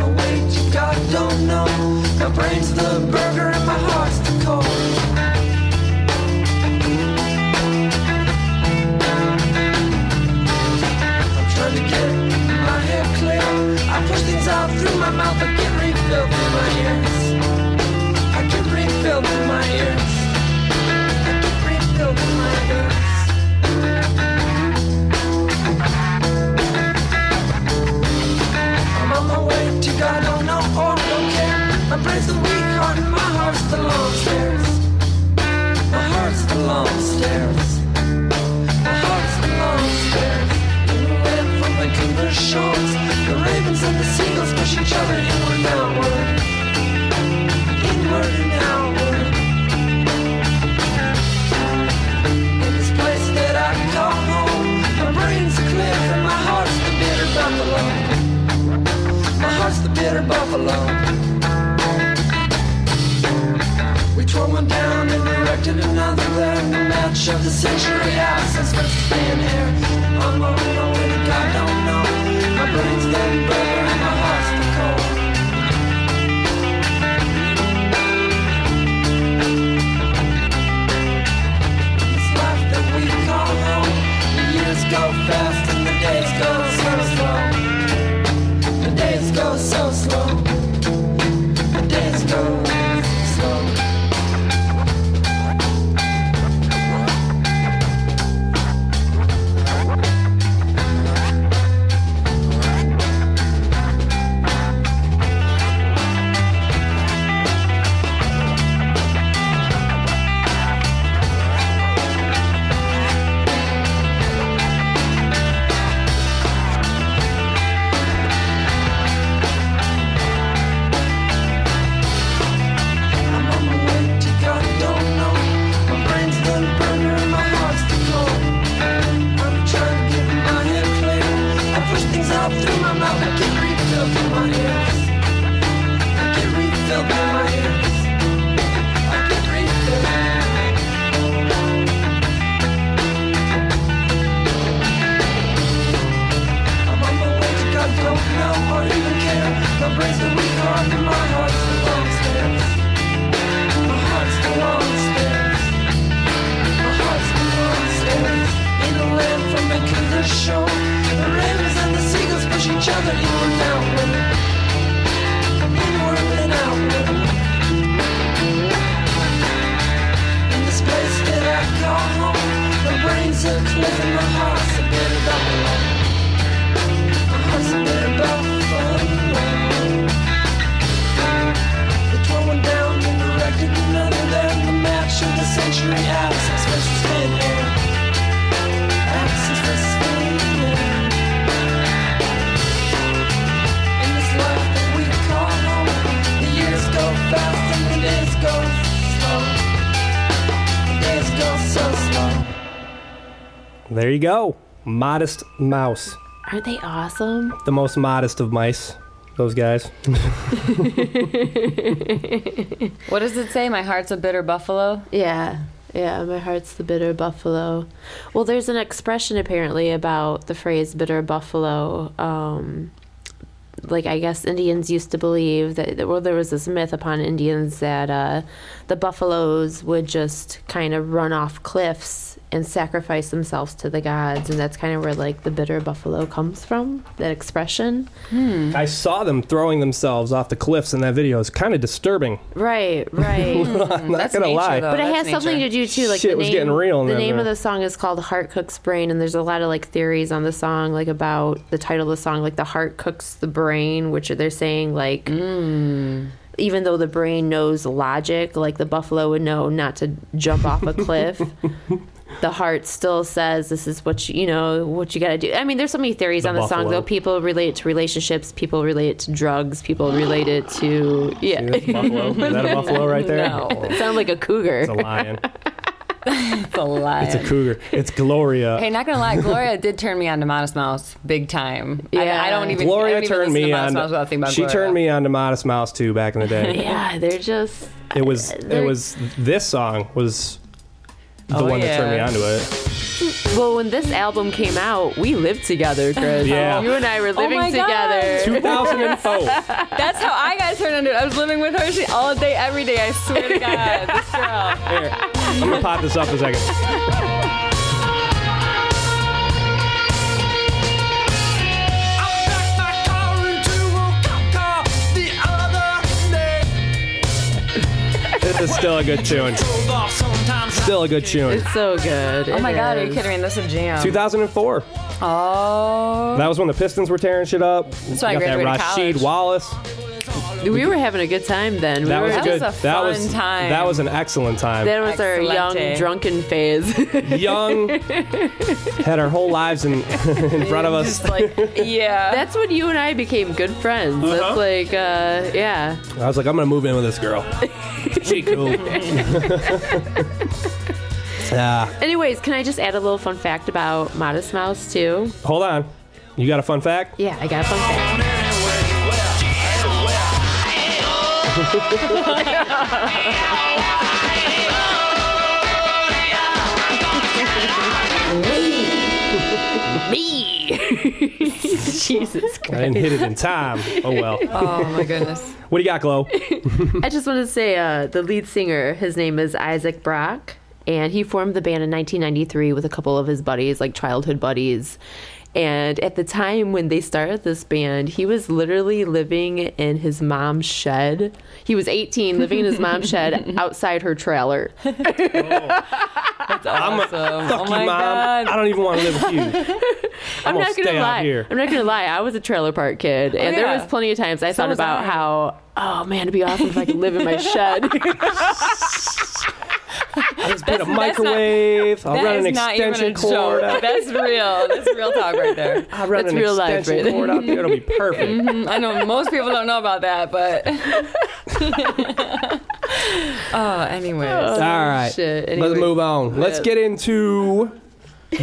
[SPEAKER 8] the weight you got, don't know. My brain's the burger and my heart's the core. I'm trying to get my head clear. I push things out through my mouth. I get refilled through my ears. I get refilled through my ears. I get refilled through my ears. I'm on my way to God, don't know or don't care. My brain's the weak heart, and my heart's the long stairs. My heart's the long stairs. My heart's the long stairs. Inland from Vancouver shores, the ravens and the seagulls push each other inward and outward. Inward and outward. In this place that I call home, my brain's clear and my heart's the bitter buffalo. My heart's the bitter buffalo. We tore one down and erected another there. The match of the century absence versus thin air. I'm on my way to God, don't know. My brain's the burger and my heart's the cold. This life that we call home. The years go fast and the days go so slow. The days go so slow. The days go slow.
[SPEAKER 1] There you go. Modest Mouse.
[SPEAKER 3] Aren't they awesome?
[SPEAKER 1] The most modest of mice. Those guys.
[SPEAKER 2] What does it say? My heart's a bitter buffalo.
[SPEAKER 3] Yeah. Yeah, my heart's the bitter buffalo. Well, there's an expression apparently about the phrase bitter buffalo. Um, like, I guess Indians used to believe that, well, there was this myth upon Indians that uh, the buffaloes would just kind of run off cliffs and sacrifice themselves to the gods. And that's kind of where, like, the bitter buffalo comes from, that expression.
[SPEAKER 1] (laughs) I saw them throwing themselves off the cliffs in that video. It's kind of disturbing.
[SPEAKER 3] Right, (laughs) right.
[SPEAKER 1] I'm not
[SPEAKER 2] that's
[SPEAKER 1] gonna
[SPEAKER 2] nature,
[SPEAKER 1] lie.
[SPEAKER 2] though.
[SPEAKER 3] But it
[SPEAKER 2] that's
[SPEAKER 3] has something
[SPEAKER 2] nature.
[SPEAKER 3] to do too. Like
[SPEAKER 1] Shit
[SPEAKER 3] the
[SPEAKER 1] was
[SPEAKER 3] name,
[SPEAKER 1] getting real in
[SPEAKER 3] The
[SPEAKER 1] that
[SPEAKER 3] name of
[SPEAKER 1] minute.
[SPEAKER 3] the song is called "Heart Cook's Brain," and there's a lot of like theories on the song, like about the title of the song, like "The Heart Cooks the Brain," which they're saying like.
[SPEAKER 1] Mm.
[SPEAKER 3] Even though the brain knows logic, like the buffalo would know not to jump off a cliff,
[SPEAKER 1] (laughs)
[SPEAKER 3] the heart still says this is what you, you know what you got to do. I mean, there's so many theories
[SPEAKER 1] The
[SPEAKER 3] on the song
[SPEAKER 1] buffalo.
[SPEAKER 3] though. People relate it to relationships, people relate it to drugs, people relate it to yeah.
[SPEAKER 1] That's a
[SPEAKER 2] (laughs)
[SPEAKER 1] buffalo. Is that a buffalo
[SPEAKER 3] (laughs)
[SPEAKER 1] right there?
[SPEAKER 2] No,
[SPEAKER 3] It sounds like a cougar.
[SPEAKER 1] It's a lion.
[SPEAKER 2] it's a lie.
[SPEAKER 1] (laughs) It's a cougar. It's Gloria.
[SPEAKER 2] Hey, not gonna lie, Gloria did turn me on to Modest Mouse big time.
[SPEAKER 3] Yeah.
[SPEAKER 2] I, I don't even. I
[SPEAKER 1] Gloria
[SPEAKER 2] don't even
[SPEAKER 1] turned
[SPEAKER 2] listen to
[SPEAKER 1] me
[SPEAKER 2] Modest
[SPEAKER 1] on.
[SPEAKER 2] Mouse without thinking about
[SPEAKER 1] she
[SPEAKER 2] Gloria.
[SPEAKER 1] turned me on to Modest Mouse too back in the
[SPEAKER 2] (laughs)
[SPEAKER 1] day.
[SPEAKER 3] Yeah, they're just.
[SPEAKER 1] it was it
[SPEAKER 3] They're-
[SPEAKER 1] was this song was the
[SPEAKER 2] Oh,
[SPEAKER 1] one that
[SPEAKER 2] yeah.
[SPEAKER 1] turned me on to it.
[SPEAKER 3] Well, when this album came out, we lived together, Chris.
[SPEAKER 1] Yeah.
[SPEAKER 3] You and I were living
[SPEAKER 2] Oh my God.
[SPEAKER 3] together.
[SPEAKER 2] (laughs)
[SPEAKER 1] 2004.
[SPEAKER 2] That's how I got turned on to it. I was living with her she, all day, every day. I swear to (laughs) God, this girl.
[SPEAKER 1] Here, I'm gonna pop this up a second.
[SPEAKER 4] I backed my car into a cop car the other day.
[SPEAKER 1] This is still a good tune.
[SPEAKER 4] Drove off sometimes.
[SPEAKER 1] Still a good tune.
[SPEAKER 3] It's so good.
[SPEAKER 2] Oh my God, are you kidding me? This is
[SPEAKER 1] (laughs)
[SPEAKER 2] a jam.
[SPEAKER 1] 2004.
[SPEAKER 2] Oh,
[SPEAKER 1] That was when the Pistons were tearing shit up.
[SPEAKER 2] That's why I
[SPEAKER 1] You got
[SPEAKER 2] graduated
[SPEAKER 1] that Rasheed
[SPEAKER 2] college.
[SPEAKER 1] Wallace.
[SPEAKER 3] We were having a good time then. We
[SPEAKER 1] That
[SPEAKER 3] were,
[SPEAKER 1] was a
[SPEAKER 2] That
[SPEAKER 1] good.
[SPEAKER 2] was a
[SPEAKER 1] that
[SPEAKER 2] fun
[SPEAKER 1] was
[SPEAKER 2] time.
[SPEAKER 1] that was an excellent time.
[SPEAKER 3] That was our young
[SPEAKER 2] Excelente.
[SPEAKER 3] drunken phase. (laughs)
[SPEAKER 1] Young had our whole lives in (laughs) in front of us.
[SPEAKER 3] Just like
[SPEAKER 2] (laughs) yeah.
[SPEAKER 3] that's when you and I became good friends.
[SPEAKER 1] Uh-huh.
[SPEAKER 3] That's like, uh, yeah.
[SPEAKER 1] I was like, I'm gonna move in with this girl. she
[SPEAKER 3] (laughs)
[SPEAKER 1] cool. Ah,
[SPEAKER 3] Anyways, can I just add a little fun fact about Modest Mouse too?
[SPEAKER 1] hold on. You got a fun fact?
[SPEAKER 3] Yeah, I got a fun fact. (laughs) Me. (laughs) Jesus
[SPEAKER 1] I
[SPEAKER 3] Christ.
[SPEAKER 1] didn't hit it in time. Oh
[SPEAKER 3] (laughs)
[SPEAKER 1] well.
[SPEAKER 2] oh my goodness.
[SPEAKER 1] What do you got, Glow?
[SPEAKER 3] Oh I just want to say uh, the lead singer, his name is Isaac Brock, and he formed the band in 1993 with a couple of his buddies, like childhood buddies. And at the time when they started this band, he was literally living in his mom's shed. He was 18, living in his (laughs) mom's shed outside her (laughs) trailer.
[SPEAKER 1] I'm a
[SPEAKER 2] Awesome.
[SPEAKER 1] fuck
[SPEAKER 2] oh
[SPEAKER 1] you,
[SPEAKER 2] my
[SPEAKER 1] mom.
[SPEAKER 2] God.
[SPEAKER 1] I don't even want to live
[SPEAKER 3] (laughs)
[SPEAKER 1] with you.
[SPEAKER 3] I'm
[SPEAKER 1] gonna
[SPEAKER 3] not gonna
[SPEAKER 1] stay out
[SPEAKER 3] lie.
[SPEAKER 1] here.
[SPEAKER 3] I'm not gonna lie. I was a trailer park kid, and there
[SPEAKER 2] yeah.
[SPEAKER 3] Oh, was plenty of times I
[SPEAKER 2] So
[SPEAKER 3] thought
[SPEAKER 2] was
[SPEAKER 3] about
[SPEAKER 2] I.
[SPEAKER 3] how, oh man, it'd be awesome if I could live in (laughs) my shed.
[SPEAKER 1] I just put a microwave. I'll
[SPEAKER 2] That
[SPEAKER 1] run an
[SPEAKER 2] is not even
[SPEAKER 1] extension
[SPEAKER 2] a
[SPEAKER 1] cord.
[SPEAKER 2] joke.
[SPEAKER 1] out-
[SPEAKER 2] (laughs) That's real. That's real talk right there.
[SPEAKER 1] I'll run
[SPEAKER 3] That's
[SPEAKER 1] an
[SPEAKER 3] real life
[SPEAKER 1] extension cord
[SPEAKER 3] right Mm-hmm.
[SPEAKER 1] out there. It'll
[SPEAKER 3] (laughs)
[SPEAKER 1] be perfect.
[SPEAKER 2] Mm, I know most people don't know about that, but. (laughs) oh, anyways.
[SPEAKER 1] All right.
[SPEAKER 3] shit.
[SPEAKER 1] Let's
[SPEAKER 3] Anyway.
[SPEAKER 1] move on. Let's get into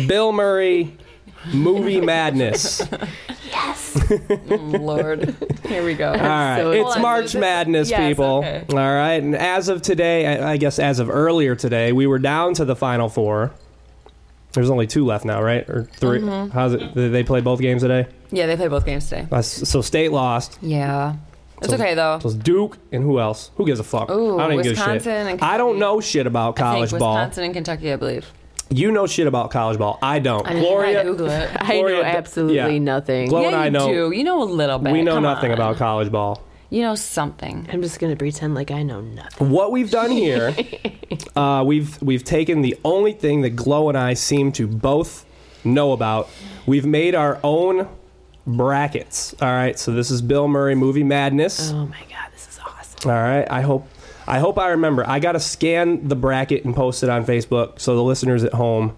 [SPEAKER 1] Bill Murray
[SPEAKER 2] (laughs)
[SPEAKER 1] movie madness.
[SPEAKER 2] Lord. Here we go.
[SPEAKER 1] All right.
[SPEAKER 3] so
[SPEAKER 1] it's
[SPEAKER 3] excited.
[SPEAKER 1] March Madness,
[SPEAKER 2] Yes,
[SPEAKER 1] people.
[SPEAKER 2] okay.
[SPEAKER 1] All right. And as of today, I, I guess as of earlier today, we were down to the final four. There's only two left now, right? Or 3
[SPEAKER 2] Mm-hmm.
[SPEAKER 1] How's it? Did they play both games today?
[SPEAKER 2] Yeah, they played both games today.
[SPEAKER 1] Uh, s- so state lost.
[SPEAKER 2] Yeah. It's
[SPEAKER 1] So-
[SPEAKER 2] okay, though.
[SPEAKER 1] So it's Duke and who else? Who gives a fuck?
[SPEAKER 2] Ooh,
[SPEAKER 1] I don't even give a
[SPEAKER 2] Wisconsin
[SPEAKER 1] shit.
[SPEAKER 2] and
[SPEAKER 1] I don't
[SPEAKER 2] Kentucky.
[SPEAKER 1] know shit about college
[SPEAKER 2] I think
[SPEAKER 1] ball.
[SPEAKER 2] Wisconsin and Kentucky, I believe.
[SPEAKER 1] You know shit about college ball. I don't.
[SPEAKER 3] mean,
[SPEAKER 2] I
[SPEAKER 1] Gloria,
[SPEAKER 2] Google (laughs) it.
[SPEAKER 3] I
[SPEAKER 1] Gloria,
[SPEAKER 3] know
[SPEAKER 1] th-
[SPEAKER 3] absolutely
[SPEAKER 1] yeah.
[SPEAKER 3] nothing.
[SPEAKER 1] Glow
[SPEAKER 2] yeah,
[SPEAKER 1] and I
[SPEAKER 2] you
[SPEAKER 1] know.
[SPEAKER 2] do. You know a little bit.
[SPEAKER 1] We know
[SPEAKER 2] Come
[SPEAKER 1] nothing
[SPEAKER 2] on.
[SPEAKER 1] about college ball.
[SPEAKER 2] You know something.
[SPEAKER 3] I'm just gonna pretend like I know nothing.
[SPEAKER 1] What we've done here, uh, we've we've taken the only thing that Glow and I seem to both know about. We've made our own brackets. All right, so this is Bill Murray movie madness.
[SPEAKER 3] Oh my god, this is awesome.
[SPEAKER 1] All right, I hope I hope I remember. I gotta scan the bracket and post it on Facebook so the listeners at home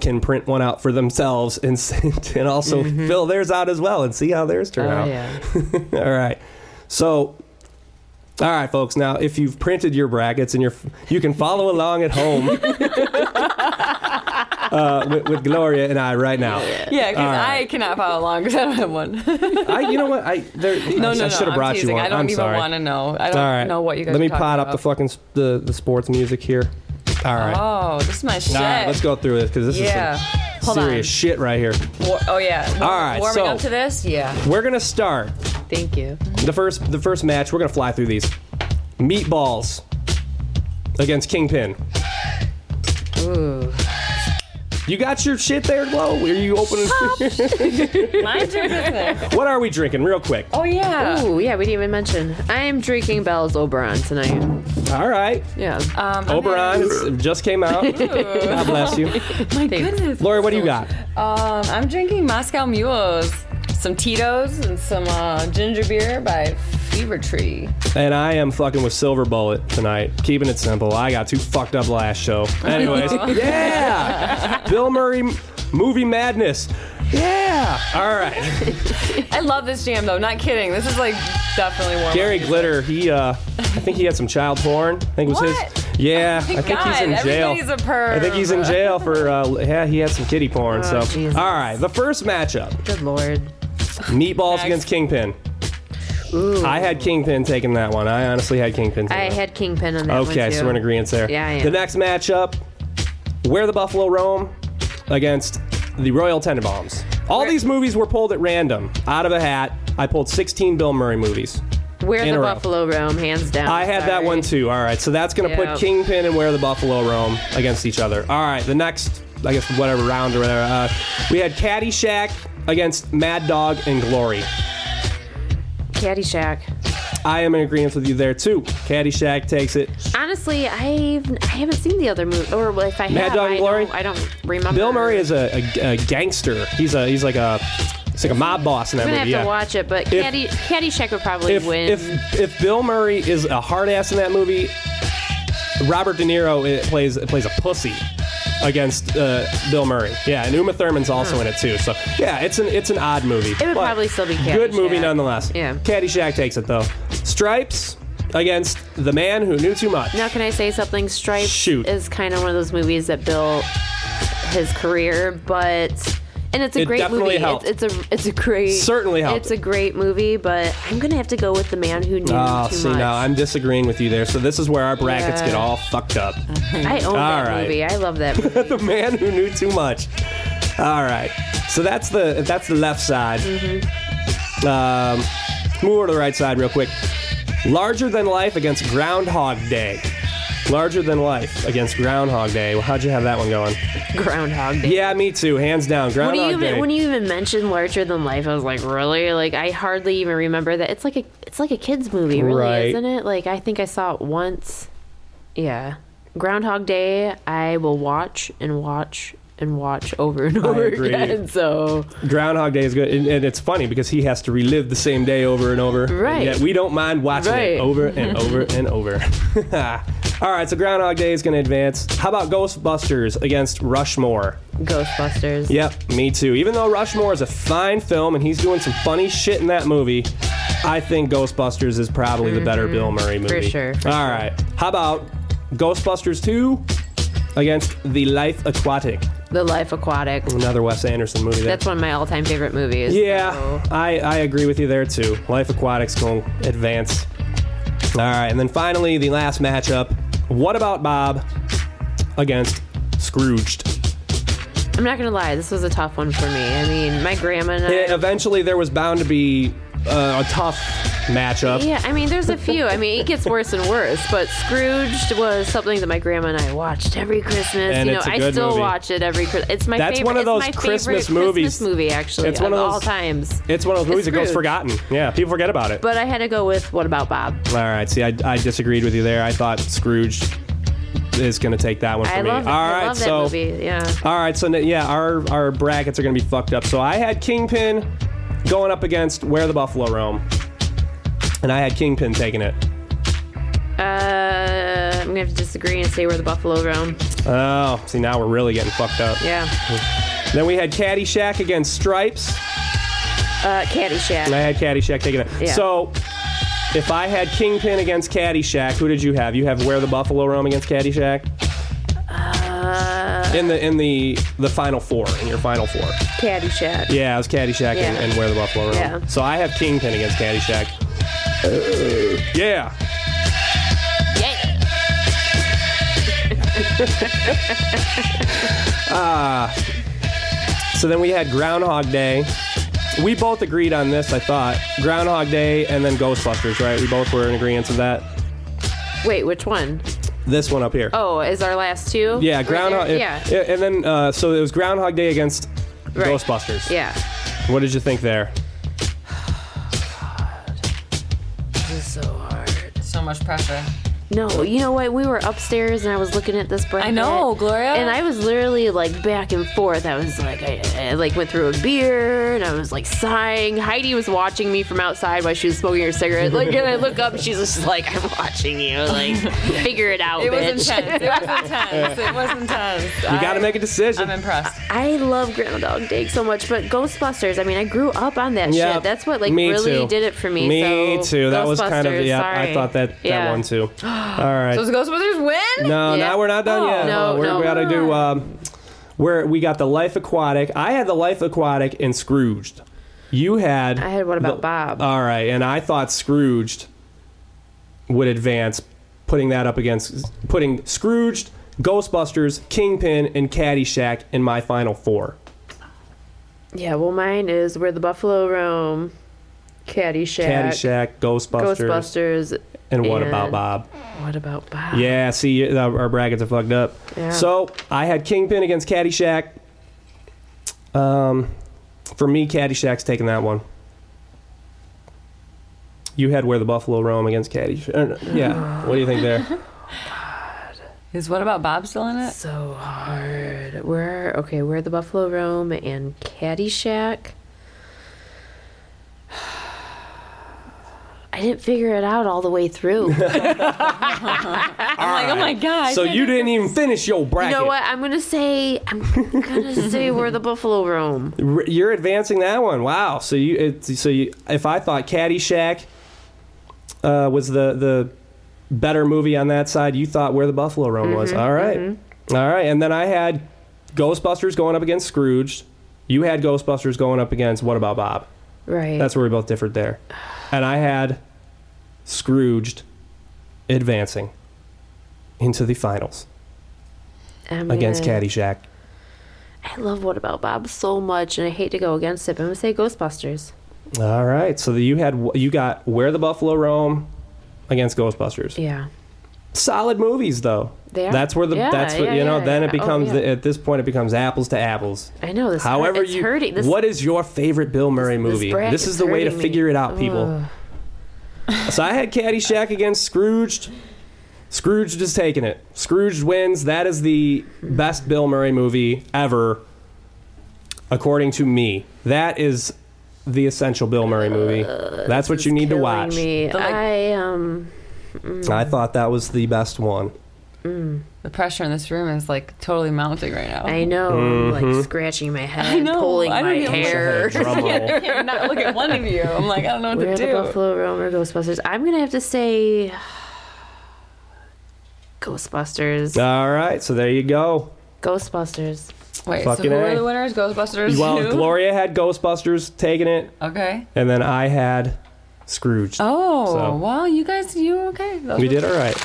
[SPEAKER 1] can print one out for themselves and (laughs) send, and also fill theirs out as well and see how theirs turn out. All right. So, all right, folks. Now, if you've printed your brackets and you're, you can follow along at home. (laughs) uh, with, with Gloria and I right now.
[SPEAKER 2] Yeah, because
[SPEAKER 1] All right.
[SPEAKER 2] I cannot follow along because I don't have one. (laughs) no,
[SPEAKER 1] I, you know what? I there,
[SPEAKER 2] (laughs) no,
[SPEAKER 1] I,
[SPEAKER 2] no.
[SPEAKER 1] I should have
[SPEAKER 2] I'm
[SPEAKER 1] brought
[SPEAKER 2] teasing.
[SPEAKER 1] you one.
[SPEAKER 2] I don't
[SPEAKER 1] am
[SPEAKER 2] even
[SPEAKER 1] sorry.
[SPEAKER 2] want to know. I don't
[SPEAKER 1] All right,
[SPEAKER 2] know what you guys.
[SPEAKER 1] Let me
[SPEAKER 2] are talking
[SPEAKER 1] pot up
[SPEAKER 2] about.
[SPEAKER 1] the fucking s- the, the sports music here. All right.
[SPEAKER 2] Oh, this is my shit.
[SPEAKER 1] All right, let's go through this because this
[SPEAKER 2] Yeah.
[SPEAKER 1] is some
[SPEAKER 2] Hold on.
[SPEAKER 1] serious shit right here.
[SPEAKER 2] War- oh yeah. War-
[SPEAKER 1] All right,
[SPEAKER 2] Warming
[SPEAKER 1] so-
[SPEAKER 2] up to this. Yeah.
[SPEAKER 1] We're gonna start
[SPEAKER 3] Thank you.
[SPEAKER 1] the first the first match. We're gonna fly through these. Meatballs against Kingpin.
[SPEAKER 3] Ooh.
[SPEAKER 1] You got your shit there, Glow? Are you opening?
[SPEAKER 2] Mind
[SPEAKER 1] (laughs)
[SPEAKER 2] your business.
[SPEAKER 1] what are we drinking, real quick?
[SPEAKER 2] Oh yeah.
[SPEAKER 3] Ooh, yeah, we didn't even mention. I am drinking Bell's Oberon tonight.
[SPEAKER 1] All right,
[SPEAKER 3] Yeah.
[SPEAKER 2] Um,
[SPEAKER 1] Oberon it's- just came out. God bless you,
[SPEAKER 2] My
[SPEAKER 3] Thanks.
[SPEAKER 2] goodness.
[SPEAKER 1] Lori. What do you got?
[SPEAKER 2] Um, I'm drinking Moscow Mules, some Tito's, and some uh, ginger beer by Fever Tree.
[SPEAKER 1] And I am fucking with Silver Bullet tonight. Keeping it simple. I got too fucked up last show. Anyways, yeah! Bill Murray movie madness. Yeah! All right.
[SPEAKER 2] I love this jam though. Not kidding. This is like definitely warm.
[SPEAKER 1] Gary Glitter, he, uh, I think he had some child porn. I think it was
[SPEAKER 2] What? Oh
[SPEAKER 1] his. Yeah, I think he's
[SPEAKER 2] God,
[SPEAKER 1] in jail.
[SPEAKER 2] everybody's a perv. Oh,
[SPEAKER 1] I think he's in jail for, uh, yeah, he had some kitty porn. so,
[SPEAKER 3] Jesus.
[SPEAKER 1] all right, the first matchup
[SPEAKER 3] Good lord.
[SPEAKER 1] Meatballs
[SPEAKER 2] Next.
[SPEAKER 1] against Kingpin. I had Kingpin taking that one. I honestly had Kingpin taking
[SPEAKER 3] I
[SPEAKER 1] that.
[SPEAKER 3] had Kingpin on that one.
[SPEAKER 1] Okay, so
[SPEAKER 3] too.
[SPEAKER 1] we're in agreement there.
[SPEAKER 3] Yeah, I am.
[SPEAKER 1] The next matchup, where the Buffalo roam against the Royal Tenenbaums. All these movies were pulled at random, out of a hat. I pulled 16 Bill Murray movies.
[SPEAKER 3] Where
[SPEAKER 1] in a
[SPEAKER 3] the
[SPEAKER 1] row.
[SPEAKER 3] Buffalo Roam, hands down.
[SPEAKER 1] I had that
[SPEAKER 3] Sorry.
[SPEAKER 1] one too. All right, so that's gonna
[SPEAKER 3] Yeah.
[SPEAKER 1] put Kingpin and Where the Buffalo Roam against each other. All right, the next, I guess, whatever round or whatever. Uh, we had Caddyshack against Mad Dog and Glory.
[SPEAKER 3] Caddyshack.
[SPEAKER 1] I am in agreement with you there too. Caddyshack takes it.
[SPEAKER 3] Honestly, I've I haven't seen the other movie, or if I
[SPEAKER 1] Mad
[SPEAKER 3] have,
[SPEAKER 1] Dog
[SPEAKER 3] I
[SPEAKER 1] Glory?
[SPEAKER 3] don't, I don't remember.
[SPEAKER 1] Bill Murray is a, a, a gangster. He's a he's like a he's like a mob boss in that
[SPEAKER 3] I'm gonna have
[SPEAKER 1] movie.
[SPEAKER 3] to
[SPEAKER 1] Yeah.
[SPEAKER 3] watch it, but
[SPEAKER 1] If-
[SPEAKER 3] Caddy Caddyshack would probably
[SPEAKER 1] If,
[SPEAKER 3] win.
[SPEAKER 1] if if Bill Murray is a hard ass in that movie, Robert De Niro i- plays plays a pussy against uh, Bill Murray. Yeah, and Uma Thurman's also in it too. So yeah, it's an it's an odd movie.
[SPEAKER 3] Hmm. it would
[SPEAKER 1] But
[SPEAKER 3] probably still be Caddyshack.
[SPEAKER 1] good movie nonetheless.
[SPEAKER 3] Yeah.
[SPEAKER 1] Caddyshack takes it though. Stripes against the man who knew too much.
[SPEAKER 3] Now, can I say something? Stripes
[SPEAKER 1] Shoot.
[SPEAKER 3] is kind of one of those movies that built his career, but and it's a
[SPEAKER 1] It
[SPEAKER 3] great
[SPEAKER 1] definitely
[SPEAKER 3] movie.
[SPEAKER 1] helped.
[SPEAKER 3] It's, it's a it's a great
[SPEAKER 1] Certainly helped.
[SPEAKER 3] It's a great movie, but I'm gonna have to go with the man who knew
[SPEAKER 1] Oh,
[SPEAKER 3] too
[SPEAKER 1] see
[SPEAKER 3] much.
[SPEAKER 1] now I'm disagreeing with you there. So this is where our brackets
[SPEAKER 3] Yeah. Uh-huh.
[SPEAKER 1] get all fucked up.
[SPEAKER 3] I own
[SPEAKER 1] All
[SPEAKER 3] that
[SPEAKER 1] right.
[SPEAKER 3] movie. I love that.
[SPEAKER 1] (laughs)
[SPEAKER 3] Movie.
[SPEAKER 1] the man who knew too much. All right. So that's the that's the left side.
[SPEAKER 3] Mm-hmm.
[SPEAKER 1] Um, move over to the right side real quick. Larger than life against Groundhog Day. Larger than life against Groundhog Day. Well, how'd you have that one going?
[SPEAKER 3] Groundhog Day.
[SPEAKER 1] Yeah, me too. Hands down.
[SPEAKER 3] When you
[SPEAKER 1] Groundhog
[SPEAKER 3] even
[SPEAKER 1] Day.
[SPEAKER 3] when you even mentioned larger than life, I was like, really? Like I hardly even remember that. It's like a it's like a kids movie, really,
[SPEAKER 1] Right.
[SPEAKER 3] isn't it? Like I think I saw it once. Yeah, Groundhog Day. I will watch and watch and watch over and over (laughs)
[SPEAKER 1] agree.
[SPEAKER 3] again. So
[SPEAKER 1] Groundhog Day is good, and, and it's funny because he has to relive the same day over and over. and
[SPEAKER 3] Right.
[SPEAKER 1] yet we don't mind watching it
[SPEAKER 3] Right. Mm-hmm.
[SPEAKER 1] over and over and over. (laughs) All right, so Groundhog Day is going to advance. How about Ghostbusters against Rushmore?
[SPEAKER 3] Ghostbusters.
[SPEAKER 1] Yep, me too. Even though Rushmore is a fine film and he's doing some funny shit in that movie, I think Ghostbusters is probably the better Bill Murray movie.
[SPEAKER 3] sure,
[SPEAKER 1] All right.
[SPEAKER 3] Mm-hmm. for sure.
[SPEAKER 1] How about Ghostbusters 2 against The Life Aquatic?
[SPEAKER 3] The Life Aquatic.
[SPEAKER 1] Another Wes Anderson movie. There.
[SPEAKER 3] That's Oh. one of my all time favorite movies.
[SPEAKER 1] Yeah,
[SPEAKER 3] so-
[SPEAKER 1] I, I agree with you there too. Life Aquatics going advance. All right, and then finally the last matchup. What about Bob against Scrooged?
[SPEAKER 3] I'm not gonna lie, this was a tough one for me. I mean, my grandma and I.
[SPEAKER 1] Eh, eventually, there was bound to be uh, a tough matchup.
[SPEAKER 3] Yeah, I mean, there's a few. I mean, it gets worse and worse, but Scrooged was something that my grandma and I watched every Christmas.
[SPEAKER 1] And
[SPEAKER 3] you know,
[SPEAKER 1] it's a
[SPEAKER 3] I
[SPEAKER 1] good
[SPEAKER 3] still
[SPEAKER 1] movie.
[SPEAKER 3] watch it every Christmas. It's my
[SPEAKER 1] That's
[SPEAKER 3] favorite.
[SPEAKER 1] one of those
[SPEAKER 3] it's my
[SPEAKER 1] Christmas
[SPEAKER 3] favorite
[SPEAKER 1] movies.
[SPEAKER 3] Christmas movie, actually.
[SPEAKER 1] It's one of
[SPEAKER 3] all
[SPEAKER 1] those-
[SPEAKER 3] times.
[SPEAKER 1] It's one of those movies that goes
[SPEAKER 3] Scrooged.
[SPEAKER 1] forgotten. Yeah, people forget about it.
[SPEAKER 3] But I had to go with What About Bob?
[SPEAKER 1] All right, see, I, I disagreed with you there. I thought Scrooge is going to take that one for
[SPEAKER 3] I
[SPEAKER 1] me.
[SPEAKER 3] love, it.
[SPEAKER 1] All
[SPEAKER 3] I
[SPEAKER 1] right,
[SPEAKER 3] love that
[SPEAKER 1] so
[SPEAKER 3] movie. Yeah.
[SPEAKER 1] All right, so n- yeah, our our brackets are gonna be fucked up. So I had Kingpin going up against Where the Buffalo Roam, and I had Kingpin taking it.
[SPEAKER 3] Uh, I'm going to have to disagree and say Where the Buffalo Roam.
[SPEAKER 1] Oh, see now we're really getting fucked up.
[SPEAKER 3] Yeah.
[SPEAKER 1] Then we had Caddyshack against Stripes,
[SPEAKER 3] Uh, Caddyshack.
[SPEAKER 1] and I had Caddyshack taking it.
[SPEAKER 3] Yeah.
[SPEAKER 1] So if I had Kingpin against
[SPEAKER 3] Uh-huh.
[SPEAKER 1] Caddyshack, who did you have? You have Where the Buffalo Roam against Caddyshack.
[SPEAKER 3] Uh,
[SPEAKER 1] in the in the the final four in your final four.
[SPEAKER 3] Caddy chat.
[SPEAKER 1] Yeah, it was Caddyshack and,
[SPEAKER 3] Yeah.
[SPEAKER 1] and Where the Buffalo Roam.
[SPEAKER 3] Yeah.
[SPEAKER 1] So I have Kingpin against Caddyshack. yeah. Ah. so then we had Groundhog Day. We both agreed on this, I thought. Groundhog Day and then Ghostbusters, right? We both were in agreement of that.
[SPEAKER 3] Wait, which one?
[SPEAKER 1] This one up here.
[SPEAKER 3] Oh, is our last two?
[SPEAKER 1] Yeah,
[SPEAKER 3] Right
[SPEAKER 1] Groundhog.
[SPEAKER 3] there?
[SPEAKER 1] yeah.
[SPEAKER 3] yeah.
[SPEAKER 1] And then, uh, so it was Groundhog Day against
[SPEAKER 3] Right.
[SPEAKER 1] Ghostbusters.
[SPEAKER 3] yeah.
[SPEAKER 1] What did you think there?
[SPEAKER 3] This is so hard.
[SPEAKER 2] So much pressure.
[SPEAKER 3] No, you know what? We were upstairs and I was looking at this bracket.
[SPEAKER 2] I know, Gloria.
[SPEAKER 3] And I was literally like back and forth. I was like, I, I like went through a beer and I was like sighing. Heidi was watching me from outside while she was smoking her cigarette. Like, and I look up, she's just like, I'm watching
[SPEAKER 2] (laughs)
[SPEAKER 3] you. Like, figure it out,
[SPEAKER 2] It was
[SPEAKER 3] bitch.
[SPEAKER 2] intense.
[SPEAKER 1] (laughs)
[SPEAKER 2] It was intense. It was intense.
[SPEAKER 1] You got to make a decision.
[SPEAKER 2] I'm impressed.
[SPEAKER 3] I love Groundhog Day so much, but Ghostbusters. I mean, I grew up on that
[SPEAKER 1] Yeah,
[SPEAKER 3] shit. That's what like
[SPEAKER 1] me
[SPEAKER 3] really
[SPEAKER 1] too.
[SPEAKER 3] did it for me.
[SPEAKER 1] Me
[SPEAKER 3] so,
[SPEAKER 1] too. That was kind of
[SPEAKER 3] Ghostbusters,
[SPEAKER 1] yeah. I
[SPEAKER 3] sorry.
[SPEAKER 1] thought that that
[SPEAKER 3] Yeah.
[SPEAKER 1] one
[SPEAKER 3] (gasps)
[SPEAKER 1] too. All right.
[SPEAKER 2] Those Ghostbusters win?
[SPEAKER 1] no,
[SPEAKER 3] Yeah.
[SPEAKER 1] now we're not done
[SPEAKER 2] Oh.
[SPEAKER 1] yet.
[SPEAKER 3] No,
[SPEAKER 1] Uh, we're,
[SPEAKER 3] no.
[SPEAKER 1] We got to do. Um, where we got the Life Aquatic. I had the Life Aquatic and Scrooged. You had.
[SPEAKER 3] I had What About Bob?
[SPEAKER 1] All right, and I thought Scrooged would advance, putting that up against putting Scrooged, Ghostbusters, Kingpin, and Caddyshack in my final four.
[SPEAKER 3] Yeah, well, mine is where the buffalo roam, Caddyshack,
[SPEAKER 1] Caddyshack, Ghostbusters,
[SPEAKER 3] Ghostbusters,
[SPEAKER 1] and What
[SPEAKER 3] and-
[SPEAKER 1] About Bob?
[SPEAKER 3] What about Bob?
[SPEAKER 1] Yeah, see, uh, our brackets are fucked up.
[SPEAKER 3] Yeah.
[SPEAKER 1] So I had Kingpin against Caddyshack. Um, for me, Caddyshack's taking that one. You had where the Buffalo roam against Caddyshack. er, Yeah. what do you think
[SPEAKER 3] (laughs)
[SPEAKER 1] there?
[SPEAKER 2] Is what about Bob still in it?
[SPEAKER 3] So hard. Where? Okay, where the buffalo roam and Caddyshack. (sighs) I didn't figure it out all the
[SPEAKER 1] (laughs)
[SPEAKER 3] way through. you
[SPEAKER 2] I'm like, oh my god.
[SPEAKER 1] So you didn't even finish your bracket.
[SPEAKER 3] know what? I'm gonna say. I'm
[SPEAKER 1] (laughs)
[SPEAKER 3] gonna say where the buffalo roam.
[SPEAKER 1] R- You're advancing that one. Wow. So you, it, so you, if I thought Caddyshack uh, was the the better movie on that side, you thought Where the Buffalo Roam was. All right. All right. And then I had Ghostbusters going up against Scrooge. You had Ghostbusters going up against What About Bob?
[SPEAKER 3] Right.
[SPEAKER 1] That's where we both differed there. And I had Scrooged advancing into the finals
[SPEAKER 3] I'm
[SPEAKER 1] against
[SPEAKER 3] gonna-
[SPEAKER 1] Caddyshack.
[SPEAKER 3] I love What About Bob so much, and I hate to go against it, but I'm gonna say Ghostbusters.
[SPEAKER 1] All right. So you had you got Where the Buffalo Roam against Ghostbusters.
[SPEAKER 3] Yeah.
[SPEAKER 1] solid movies though.
[SPEAKER 3] They are.
[SPEAKER 1] That's where the
[SPEAKER 3] Yeah,
[SPEAKER 1] that's what
[SPEAKER 3] yeah,
[SPEAKER 1] you know.
[SPEAKER 3] yeah,
[SPEAKER 1] then
[SPEAKER 3] yeah.
[SPEAKER 1] it
[SPEAKER 3] Oh,
[SPEAKER 1] becomes
[SPEAKER 3] yeah.
[SPEAKER 1] at this point it becomes apples to apples.
[SPEAKER 3] I know this. hurt-
[SPEAKER 1] However,
[SPEAKER 3] it's
[SPEAKER 1] you
[SPEAKER 3] hurting. This,
[SPEAKER 1] what is your favorite Bill Murray
[SPEAKER 3] this
[SPEAKER 1] movie? This,
[SPEAKER 3] bracket's
[SPEAKER 1] is the way to
[SPEAKER 3] hurting me.
[SPEAKER 1] figure it out, people. (laughs) so I had Caddyshack against Scrooged. Scrooged is taking it. Scrooged wins. That is the best Bill Murray movie ever, according to me. That is the essential Bill Murray movie. That's what you need to
[SPEAKER 3] killing
[SPEAKER 1] watch.
[SPEAKER 3] Me.
[SPEAKER 2] The, like-
[SPEAKER 3] I um.
[SPEAKER 1] I thought that was the best one.
[SPEAKER 2] the pressure in this room is like totally mounting right now.
[SPEAKER 3] I know,
[SPEAKER 1] Mm-hmm.
[SPEAKER 3] like scratching my head,
[SPEAKER 2] know,
[SPEAKER 3] pulling
[SPEAKER 2] I
[SPEAKER 3] my
[SPEAKER 2] don't even-
[SPEAKER 3] hair.
[SPEAKER 1] Drum roll.
[SPEAKER 2] I can't not look at one of you. I'm like, I don't know what
[SPEAKER 3] Where
[SPEAKER 2] to
[SPEAKER 3] the
[SPEAKER 2] do.
[SPEAKER 3] Buffalo Roam or Ghostbusters? I'm gonna have to say (sighs) Ghostbusters. (laughs)
[SPEAKER 1] All right, so there you go.
[SPEAKER 3] Ghostbusters.
[SPEAKER 2] Wait, so
[SPEAKER 1] Fucking
[SPEAKER 2] who
[SPEAKER 1] A.
[SPEAKER 2] are the winners? Ghostbusters.
[SPEAKER 1] Well,
[SPEAKER 2] Who?
[SPEAKER 1] Gloria had Ghostbusters taking it,
[SPEAKER 2] Okay.
[SPEAKER 1] and then I had Scrooge.
[SPEAKER 2] Oh,
[SPEAKER 1] So-
[SPEAKER 2] well, you guys, you okay? Those
[SPEAKER 1] We
[SPEAKER 2] were-
[SPEAKER 1] did all right.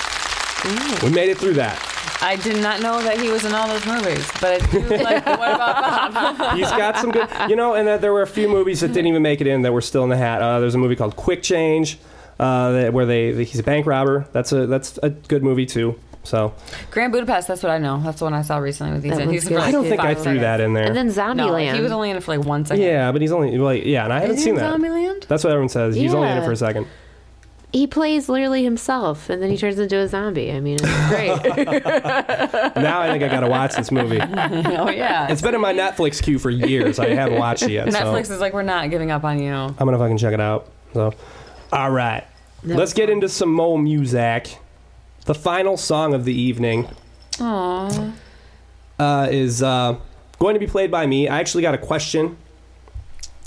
[SPEAKER 1] We made it through that.
[SPEAKER 2] I did not know that he was in all those movies, but I do like, what about Bob?
[SPEAKER 1] He's got some good, you know, and that there were a few movies that didn't even make it in that were still in the hat. Uh, there's a movie called Quick Change, uh, that, where they he's a bank robber. That's a that's a good movie too. So
[SPEAKER 2] Grand Budapest. That's what I know. That's the one I saw recently with
[SPEAKER 3] That
[SPEAKER 2] Ethan. He
[SPEAKER 3] one's
[SPEAKER 2] was in for
[SPEAKER 3] good.
[SPEAKER 2] like
[SPEAKER 1] I don't think I
[SPEAKER 2] five
[SPEAKER 1] threw that
[SPEAKER 2] seconds.
[SPEAKER 1] in there.
[SPEAKER 3] And then
[SPEAKER 2] No,
[SPEAKER 3] Zombieland.
[SPEAKER 2] he was only in it for like one second.
[SPEAKER 1] yeah, but he's only like yeah, and I haven't
[SPEAKER 2] Is he
[SPEAKER 1] seen
[SPEAKER 2] in
[SPEAKER 1] that.
[SPEAKER 2] Zombieland?
[SPEAKER 1] That's what everyone says. He's only in it
[SPEAKER 3] Yeah.
[SPEAKER 1] for a second.
[SPEAKER 3] He plays literally himself, and then he turns into a zombie. I mean,
[SPEAKER 1] (laughs)
[SPEAKER 3] it's great.
[SPEAKER 1] Now I think I gotta watch this movie.
[SPEAKER 2] oh yeah.
[SPEAKER 1] It's been in my Netflix queue for years. I haven't watched it yet. so-
[SPEAKER 2] (laughs) Netflix is like, we're not giving up on you. (laughs)
[SPEAKER 1] I'm gonna fucking check it out. So, all right,
[SPEAKER 3] That
[SPEAKER 1] let's
[SPEAKER 3] was
[SPEAKER 1] get
[SPEAKER 3] fun.
[SPEAKER 1] into some more music. The final song of the evening
[SPEAKER 2] Aww.
[SPEAKER 1] uh, is uh, going to be played by me. I actually got a question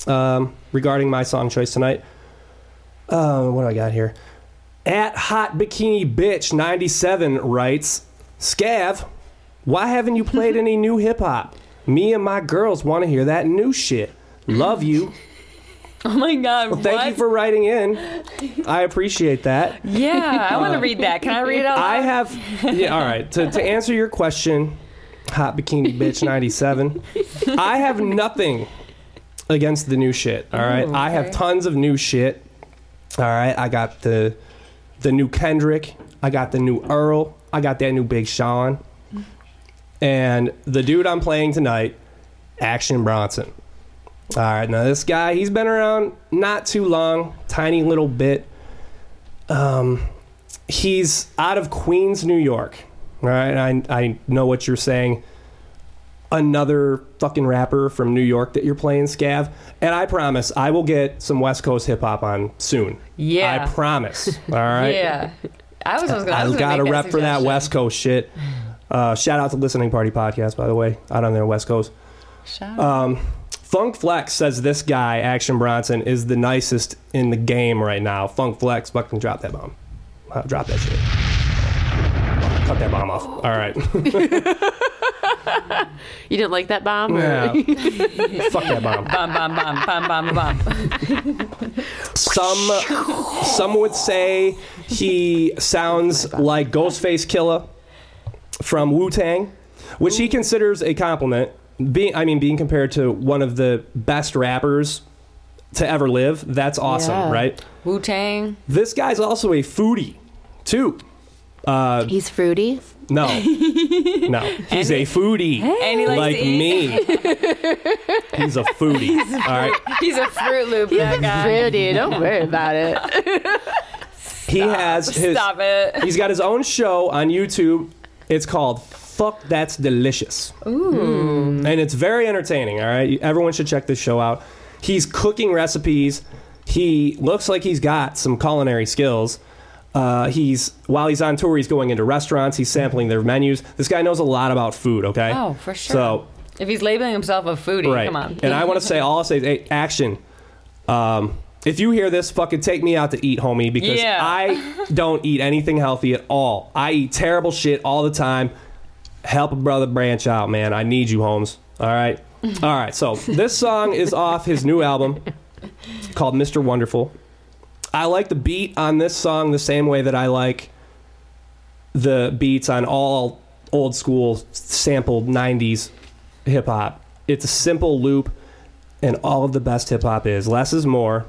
[SPEAKER 1] um, regarding my song choice tonight. Uh, what do I got here? At Hot Bikini Bitch 97 writes, Scav, Why haven't you
[SPEAKER 3] (laughs)
[SPEAKER 1] played any new hip hop? Me and my girls want to hear that new shit. Love you.
[SPEAKER 2] Oh my god!
[SPEAKER 1] Thank you for writing in. I appreciate
[SPEAKER 3] (laughs)
[SPEAKER 1] that.
[SPEAKER 2] (laughs) yeah, I want to read that. Can I read it out?
[SPEAKER 1] I
[SPEAKER 2] loud?
[SPEAKER 1] have. Yeah, all right. To, to answer your question, Hot Bikini Bitch 97, I have nothing against the new shit. All right. I have tons of new shit. All right. I got the the new Kendrick. I got the new Earl. I got that new Big Sean. And the dude I'm playing tonight, Action Bronson. All right. Now, this guy, he's been around not too long, tiny little bit. Um, he's out of Queens, New York. Right? I I know what you're saying. Another fucking rapper from New York that you're playing, Scav. And I promise I will get some West Coast hip hop on soon.
[SPEAKER 2] Yeah.
[SPEAKER 1] I promise.
[SPEAKER 2] (laughs)
[SPEAKER 1] All right.
[SPEAKER 2] Yeah, I was. I was gonna. I
[SPEAKER 1] I
[SPEAKER 2] was
[SPEAKER 1] got
[SPEAKER 2] to
[SPEAKER 1] a rep for that West Coast shit. Uh, shout out to Listening Party Podcast, by the way, out on there, West Coast.
[SPEAKER 2] Shout
[SPEAKER 1] Um, Funk Flex says this guy, Action Bronson, is the nicest in the game right now. Funk Flex, fucking drop that bomb. Uh, drop that shit. Cut that bomb off. All right.
[SPEAKER 3] You didn't like that bomb? or-
[SPEAKER 1] Yeah. (laughs) Fuck that bomb.
[SPEAKER 2] Bum bum bum bum bum
[SPEAKER 1] (laughs)
[SPEAKER 2] bum.
[SPEAKER 1] Some some would say he sounds like Ghostface Killer from Wu Tang, which he considers a compliment. Being, I mean, being compared to one of the best rappers to ever live, that's awesome,
[SPEAKER 3] Yeah.
[SPEAKER 1] right?
[SPEAKER 2] Wu Tang.
[SPEAKER 1] This guy's also a foodie, too. Uh,
[SPEAKER 3] He's fruity.
[SPEAKER 1] no, no, he's a foodie,
[SPEAKER 2] And he likes
[SPEAKER 1] like
[SPEAKER 2] to eat.
[SPEAKER 1] me. he's a foodie. All right,
[SPEAKER 2] He's a Fruit Loop. that guy.
[SPEAKER 3] Fruity. Don't worry
[SPEAKER 2] (laughs)
[SPEAKER 3] about it.
[SPEAKER 1] he has his.
[SPEAKER 2] Stop it.
[SPEAKER 1] He's got his own show on YouTube. It's called Fuck That's Delicious. Ooh. And it's very entertaining, all right? Everyone should check this show out. He's cooking recipes. He looks like he's got some culinary skills. Uh, he's while he's on tour, he's going into restaurants. He's sampling their menus. This guy knows a lot about food. Okay.
[SPEAKER 2] Oh, for sure.
[SPEAKER 1] So
[SPEAKER 2] If he's labeling himself a foodie,
[SPEAKER 1] right.
[SPEAKER 2] come on.
[SPEAKER 1] And I want to say, all I'll say is hey, action. Um, if you hear this, fucking take me out to eat, homie, because
[SPEAKER 2] Yeah. (laughs)
[SPEAKER 1] I don't eat anything healthy at all. I eat terrible shit all the time. Help a brother branch out, man. I need you, Holmes. All
[SPEAKER 2] (laughs)
[SPEAKER 1] right. All right. So this song is off his new album called Mr. Wonderful. I like the beat on this song the same way that I like the beats on all old school sampled 90s hip hop. It's a simple loop, and all of the best hip hop is less is more.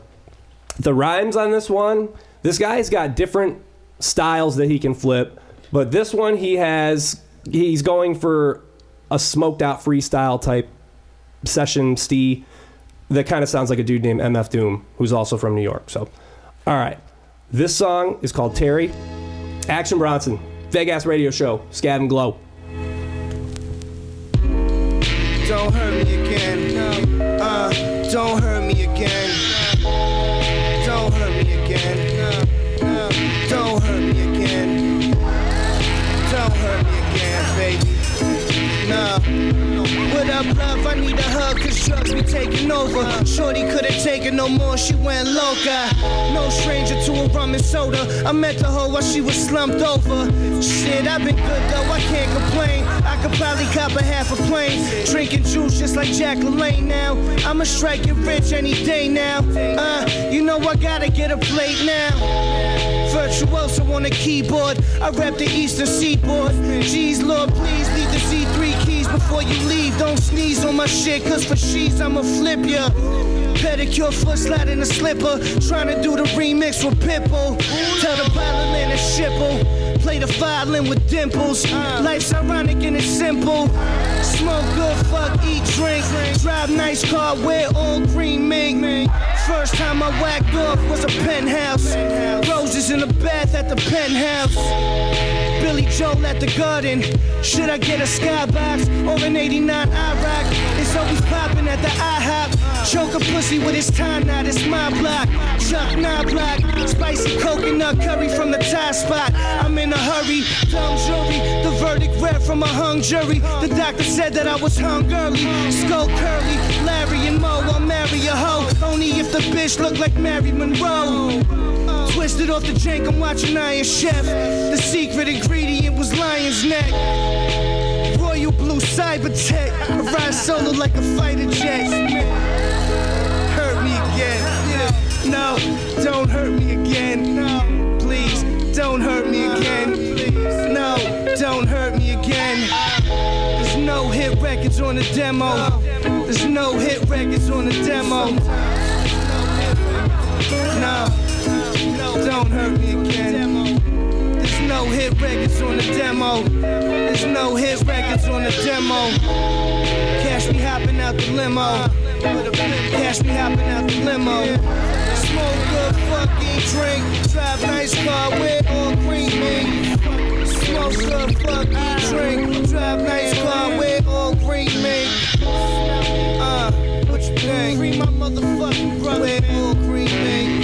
[SPEAKER 1] The rhymes on this one, this guy's got different styles that he can flip, but this one he has, he's going for a smoked out freestyle type session, Stee, that kind of sounds like a dude named MF Doom, who's also from New York. So, all right. This song is called Terry. Action Bronson, Vegas Radio Show, Scav and Glow.
[SPEAKER 4] Don't hurt me again. Uh, don't hurt me again. Don't hurt me again. Don't hurt me again. Don't hurt me again, baby. Nah. What up, love? I need a hug, cause drugs be taking over. Shorty couldn't take it no more, she went loca. No stranger to a rum and soda. I met the hoe while she was slumped over. Shit, I've been good though, I can't complain. I could probably cop a half a plane. Drinking juice just like Jack LaLanne now. I'ma strike it rich any day now. Uh, you know I gotta get a plate now. Virtuoso on the keyboard. I rap the eastern seaboard. Jeez, Lord, please leave the C3 keys before you leave. Don't sneeze on my shit, cause for she's I'ma flip ya. Pedicure, foot slide in a slipper. Tryna do the remix with Pitbull. Tell the violin to shipple. Play the violin with dimples. Life's ironic and it's simple. Smoke good, fuck, eat, drink. Drive nice car, wear all green mink. First time I whacked off was a penthouse. Roses in the bath at the penthouse. Billy Joel at the garden. Should I get a skybox or an 89 IROC? It's always popping at the IHOP. Choke a pussy with his time knot, it's my block. Chuck nine block. Spicy coconut curry from the Thai spot. I'm in a hurry, dumb jury. The verdict read from a hung jury. The doctor said that I was hung early. Skull curly, Larry and Mo, I'll marry a hoe. Only if the bitch look like Mary Monroe. Twisted off the jank, I'm watching Iron Chef. The secret ingredient was lion's neck. Raw blue cyber tech. I ride solo like a fighter jet. Hurt me again. No, don't hurt me again. No, please, don't hurt me again. No, don't hurt me again. There's no hit records on the demo. There's no hit records on the demo. No, don't hurt me again. There's no hit records on the demo. There's no hit records on the demo. Cash me hopping out the limo. Cash me hopping out the limo. Smoke good fucking drink. Drive nice car, wear all green mink. Smoke good fucking drink. Drive nice car, wear all green mink. Uh, what you think? Free my motherfucking brother. Wear all green mink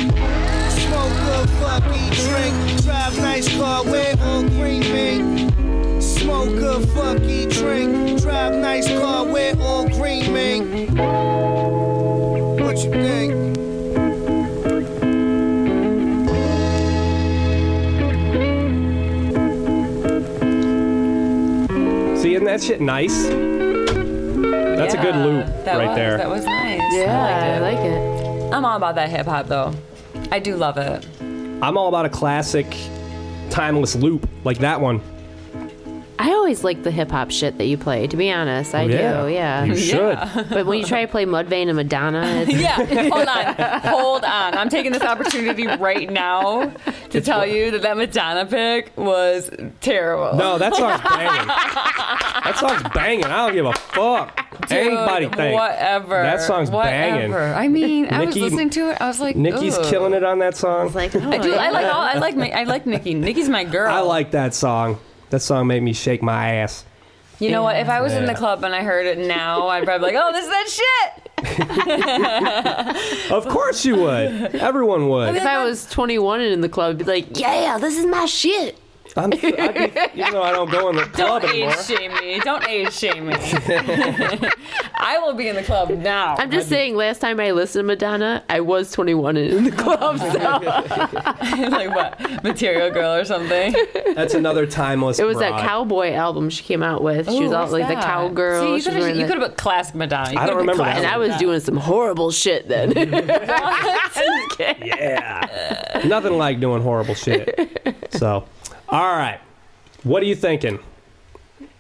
[SPEAKER 4] smoke good, fuck, eat, drink, drive nice car, wear all green mink. Smoke good, fuck, eat, drink, drive nice car, wear all green mink. What you think?
[SPEAKER 1] See, isn't that shit nice? That's a good
[SPEAKER 2] Yeah,
[SPEAKER 1] loop
[SPEAKER 2] that
[SPEAKER 1] right
[SPEAKER 2] was,
[SPEAKER 1] there.
[SPEAKER 2] That was nice.
[SPEAKER 3] Yeah, I
[SPEAKER 2] I
[SPEAKER 3] like it.
[SPEAKER 2] am all about that hip hop though. I do love it.
[SPEAKER 1] I'm all about a classic, timeless loop like that one.
[SPEAKER 3] I always like the hip hop shit that you play. To be honest,
[SPEAKER 2] Oh,
[SPEAKER 3] I do.
[SPEAKER 2] (laughs)
[SPEAKER 1] You
[SPEAKER 3] Yeah.
[SPEAKER 1] should.
[SPEAKER 3] but when you try to play Mudvayne and Madonna, it's,
[SPEAKER 2] Yeah, hold on, hold on. I'm taking this opportunity right now to tell you that that Madonna pick was terrible.
[SPEAKER 1] No, that song's banging. that song's banging. I don't give a fuck.
[SPEAKER 2] Dude,
[SPEAKER 1] Anybody think.
[SPEAKER 2] whatever.
[SPEAKER 1] That song's
[SPEAKER 2] whatever.
[SPEAKER 1] banging.
[SPEAKER 2] I mean, I was
[SPEAKER 1] Nicki-
[SPEAKER 2] listening to it. I was like,
[SPEAKER 1] Nikki's
[SPEAKER 2] "Ooh."
[SPEAKER 1] killing it on that song.
[SPEAKER 3] like oh,
[SPEAKER 2] I do. I like
[SPEAKER 3] yeah.
[SPEAKER 2] all. I like. my- I like Nikki. Nikki's my girl.
[SPEAKER 3] oh.
[SPEAKER 1] I like that song. That song made me shake my ass.
[SPEAKER 2] You know what? If I was in the
[SPEAKER 1] Yeah.
[SPEAKER 2] club and I heard it now, I'd probably be like, "Oh, this is that shit."
[SPEAKER 1] Of course you would.
[SPEAKER 2] (laughs)
[SPEAKER 1] Everyone would.
[SPEAKER 3] If I was 21 and in the club, I'd be like, yeah, this is my shit.
[SPEAKER 1] I'm, I'd be, even though I don't
[SPEAKER 2] (laughs)
[SPEAKER 1] go in the club
[SPEAKER 2] Don't
[SPEAKER 1] anymore.
[SPEAKER 2] age shame me. Don't age shame me.
[SPEAKER 1] (laughs)
[SPEAKER 2] (laughs) I will be in the club now.
[SPEAKER 3] I'm just saying, last time I listened to Madonna, I was 21 and in
[SPEAKER 2] (laughs)
[SPEAKER 3] the club. So
[SPEAKER 2] like what? Material girl or something.
[SPEAKER 1] That's another timeless.
[SPEAKER 3] it was that
[SPEAKER 1] broad.
[SPEAKER 3] cowboy album she came out with. She was all like the cowgirl.
[SPEAKER 2] Oh, See, you
[SPEAKER 3] She
[SPEAKER 2] could have
[SPEAKER 3] was wearing
[SPEAKER 2] you
[SPEAKER 3] the-
[SPEAKER 2] could have classic Madonna. You
[SPEAKER 1] I don't
[SPEAKER 2] could've put
[SPEAKER 1] remember that
[SPEAKER 2] classic
[SPEAKER 3] and I was
[SPEAKER 2] Madonna.
[SPEAKER 3] doing some horrible
[SPEAKER 2] (laughs)
[SPEAKER 3] shit then.
[SPEAKER 1] Yeah. Nothing like doing horrible
[SPEAKER 2] (laughs)
[SPEAKER 1] shit. So, all right. What are you thinking?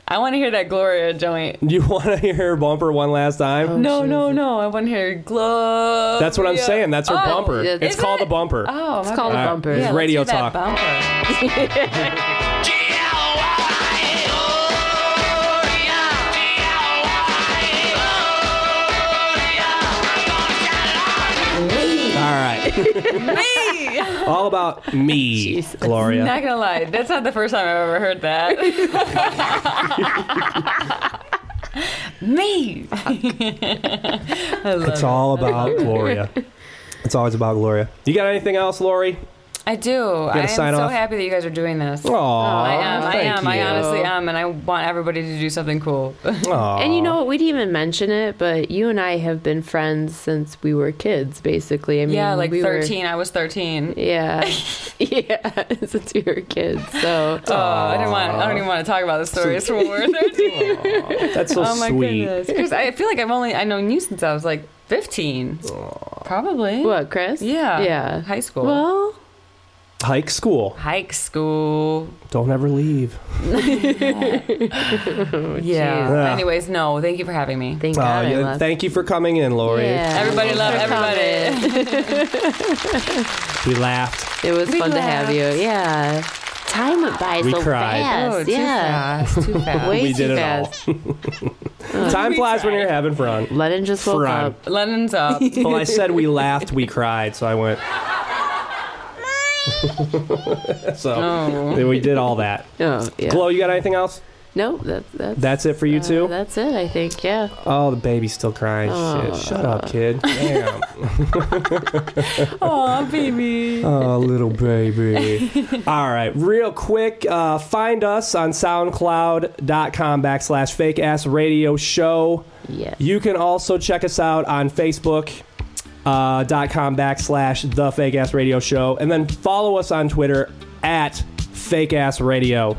[SPEAKER 2] I want to hear that Gloria joint.
[SPEAKER 1] You (laughs) want to hear her bumper one last time?
[SPEAKER 2] Oh, No, no, no. I want to hear Gloria.
[SPEAKER 1] That's what I'm saying. That's her
[SPEAKER 2] Oh,
[SPEAKER 1] bumper.
[SPEAKER 3] yeah.
[SPEAKER 1] It's
[SPEAKER 2] Is
[SPEAKER 1] called
[SPEAKER 2] it?
[SPEAKER 1] a bumper.
[SPEAKER 2] Oh, it's
[SPEAKER 3] called a
[SPEAKER 1] All right.
[SPEAKER 3] bumper.
[SPEAKER 1] It's
[SPEAKER 3] Yeah,
[SPEAKER 1] radio
[SPEAKER 2] let's hear
[SPEAKER 1] talk.
[SPEAKER 2] That bumper.
[SPEAKER 1] All right.
[SPEAKER 2] (laughs)
[SPEAKER 1] me. All about me, Gloria.
[SPEAKER 2] Not gonna lie, that's not the first time I've ever heard that. (laughs) Me.
[SPEAKER 1] It's all
[SPEAKER 2] (laughs)
[SPEAKER 1] about Gloria. It's always about Gloria. You got anything else, Lori?
[SPEAKER 2] I do. I am so
[SPEAKER 1] sign off?
[SPEAKER 2] happy that you guys are doing this.
[SPEAKER 1] Aw,
[SPEAKER 2] Oh, I am. I
[SPEAKER 1] thank
[SPEAKER 2] am. I
[SPEAKER 1] you.
[SPEAKER 2] honestly am, and I want everybody to do something cool.
[SPEAKER 1] Aw.
[SPEAKER 3] And you know what? We didn't even mention it, but you and I have been friends since we were kids, basically. I mean,
[SPEAKER 2] yeah, like
[SPEAKER 3] we were-
[SPEAKER 2] thirteen. I was thirteen. (laughs)
[SPEAKER 3] yeah, yeah, since we were kids. So
[SPEAKER 2] Oh, I didn't want. I don't even want to talk about the stories from when we were thirteen.
[SPEAKER 1] that's so
[SPEAKER 2] oh my
[SPEAKER 1] sweet.
[SPEAKER 2] goodness, because I feel like I've only I known you since I was like fifteen, probably.
[SPEAKER 3] Oh, what, Chris?
[SPEAKER 2] Yeah.
[SPEAKER 3] yeah.
[SPEAKER 2] High school.
[SPEAKER 3] Well,
[SPEAKER 1] Hike school.
[SPEAKER 2] Hike school.
[SPEAKER 1] Don't ever leave.
[SPEAKER 2] Yeah.
[SPEAKER 1] Yeah.
[SPEAKER 2] Anyways, no. Thank you for having me.
[SPEAKER 3] thank
[SPEAKER 1] Aw,
[SPEAKER 3] God I
[SPEAKER 1] Oh, yeah,
[SPEAKER 3] left.
[SPEAKER 1] thank you for coming in, Lori.
[SPEAKER 3] Yeah.
[SPEAKER 2] Everybody
[SPEAKER 3] Thanks
[SPEAKER 2] love
[SPEAKER 3] for
[SPEAKER 2] everybody.
[SPEAKER 3] coming.
[SPEAKER 1] We laughed.
[SPEAKER 3] It was
[SPEAKER 2] We
[SPEAKER 3] fun to have
[SPEAKER 2] laughed.
[SPEAKER 3] you. Yeah. Time went by
[SPEAKER 1] We
[SPEAKER 3] so
[SPEAKER 1] cried.
[SPEAKER 3] fast.
[SPEAKER 2] Oh, too
[SPEAKER 3] yeah.
[SPEAKER 2] fast. (laughs) Too fast.
[SPEAKER 3] Way
[SPEAKER 1] we
[SPEAKER 3] too
[SPEAKER 1] did it
[SPEAKER 3] fast. (laughs)
[SPEAKER 1] all. (laughs) Time flies when you're having fun.
[SPEAKER 3] Lennon just woke
[SPEAKER 1] Fun.
[SPEAKER 3] up.
[SPEAKER 2] Lennon's up.
[SPEAKER 1] Well, I said we laughed, we cried, so I went. (laughs) so then we did all that.
[SPEAKER 3] Oh, yeah.
[SPEAKER 1] Glow, you got anything else?
[SPEAKER 3] no, that, that's
[SPEAKER 1] That's it for you
[SPEAKER 3] uh,
[SPEAKER 1] two.
[SPEAKER 3] that's it, I think. Yeah.
[SPEAKER 1] Oh, the baby's still crying.
[SPEAKER 3] Oh.
[SPEAKER 1] Shit. Shut up, kid. Damn.
[SPEAKER 2] Aw, baby.
[SPEAKER 1] Oh, little baby.
[SPEAKER 3] (laughs)
[SPEAKER 1] All right, real quick, uh, find us on soundcloud.com backslash fake ass radio show.
[SPEAKER 3] Yeah.
[SPEAKER 1] (laughs) You can also check us out on Facebook. Uh, dot com backslash the fake ass radio show and then follow us on twitter at fake ass radio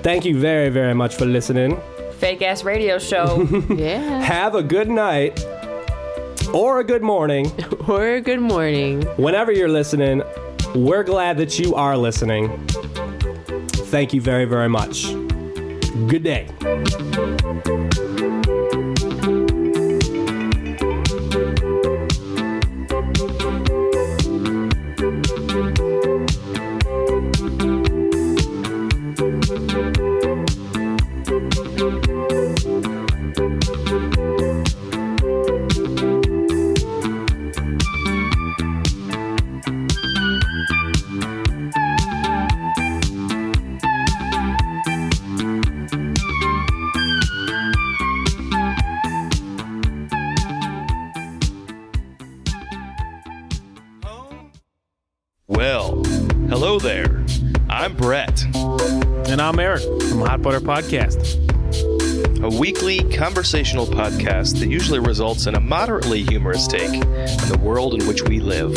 [SPEAKER 1] Thank you very, very much for listening.
[SPEAKER 2] Fake ass radio show.
[SPEAKER 3] Yeah.
[SPEAKER 1] Have a good night or a good morning.
[SPEAKER 3] or good morning.
[SPEAKER 1] Whenever you're listening, we're glad that you are listening. Thank you very, very much. Good day.
[SPEAKER 4] Well, hello there. I'm Brett,
[SPEAKER 8] And I'm Eric from Hot Butter Podcast.
[SPEAKER 4] a weekly conversational podcast that usually results in a moderately humorous take on the world in which we live.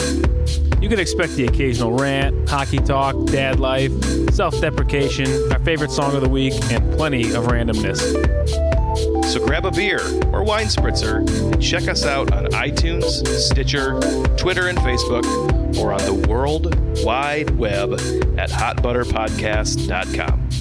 [SPEAKER 8] You can expect the occasional rant, hockey talk, dad life, self deprecation, our favorite song of the week, and plenty of randomness.
[SPEAKER 4] So grab a beer or wine spritzer and check us out on iTunes, Stitcher, Twitter, and Facebook, or on the World Wide Web at hotbutterpodcast.com.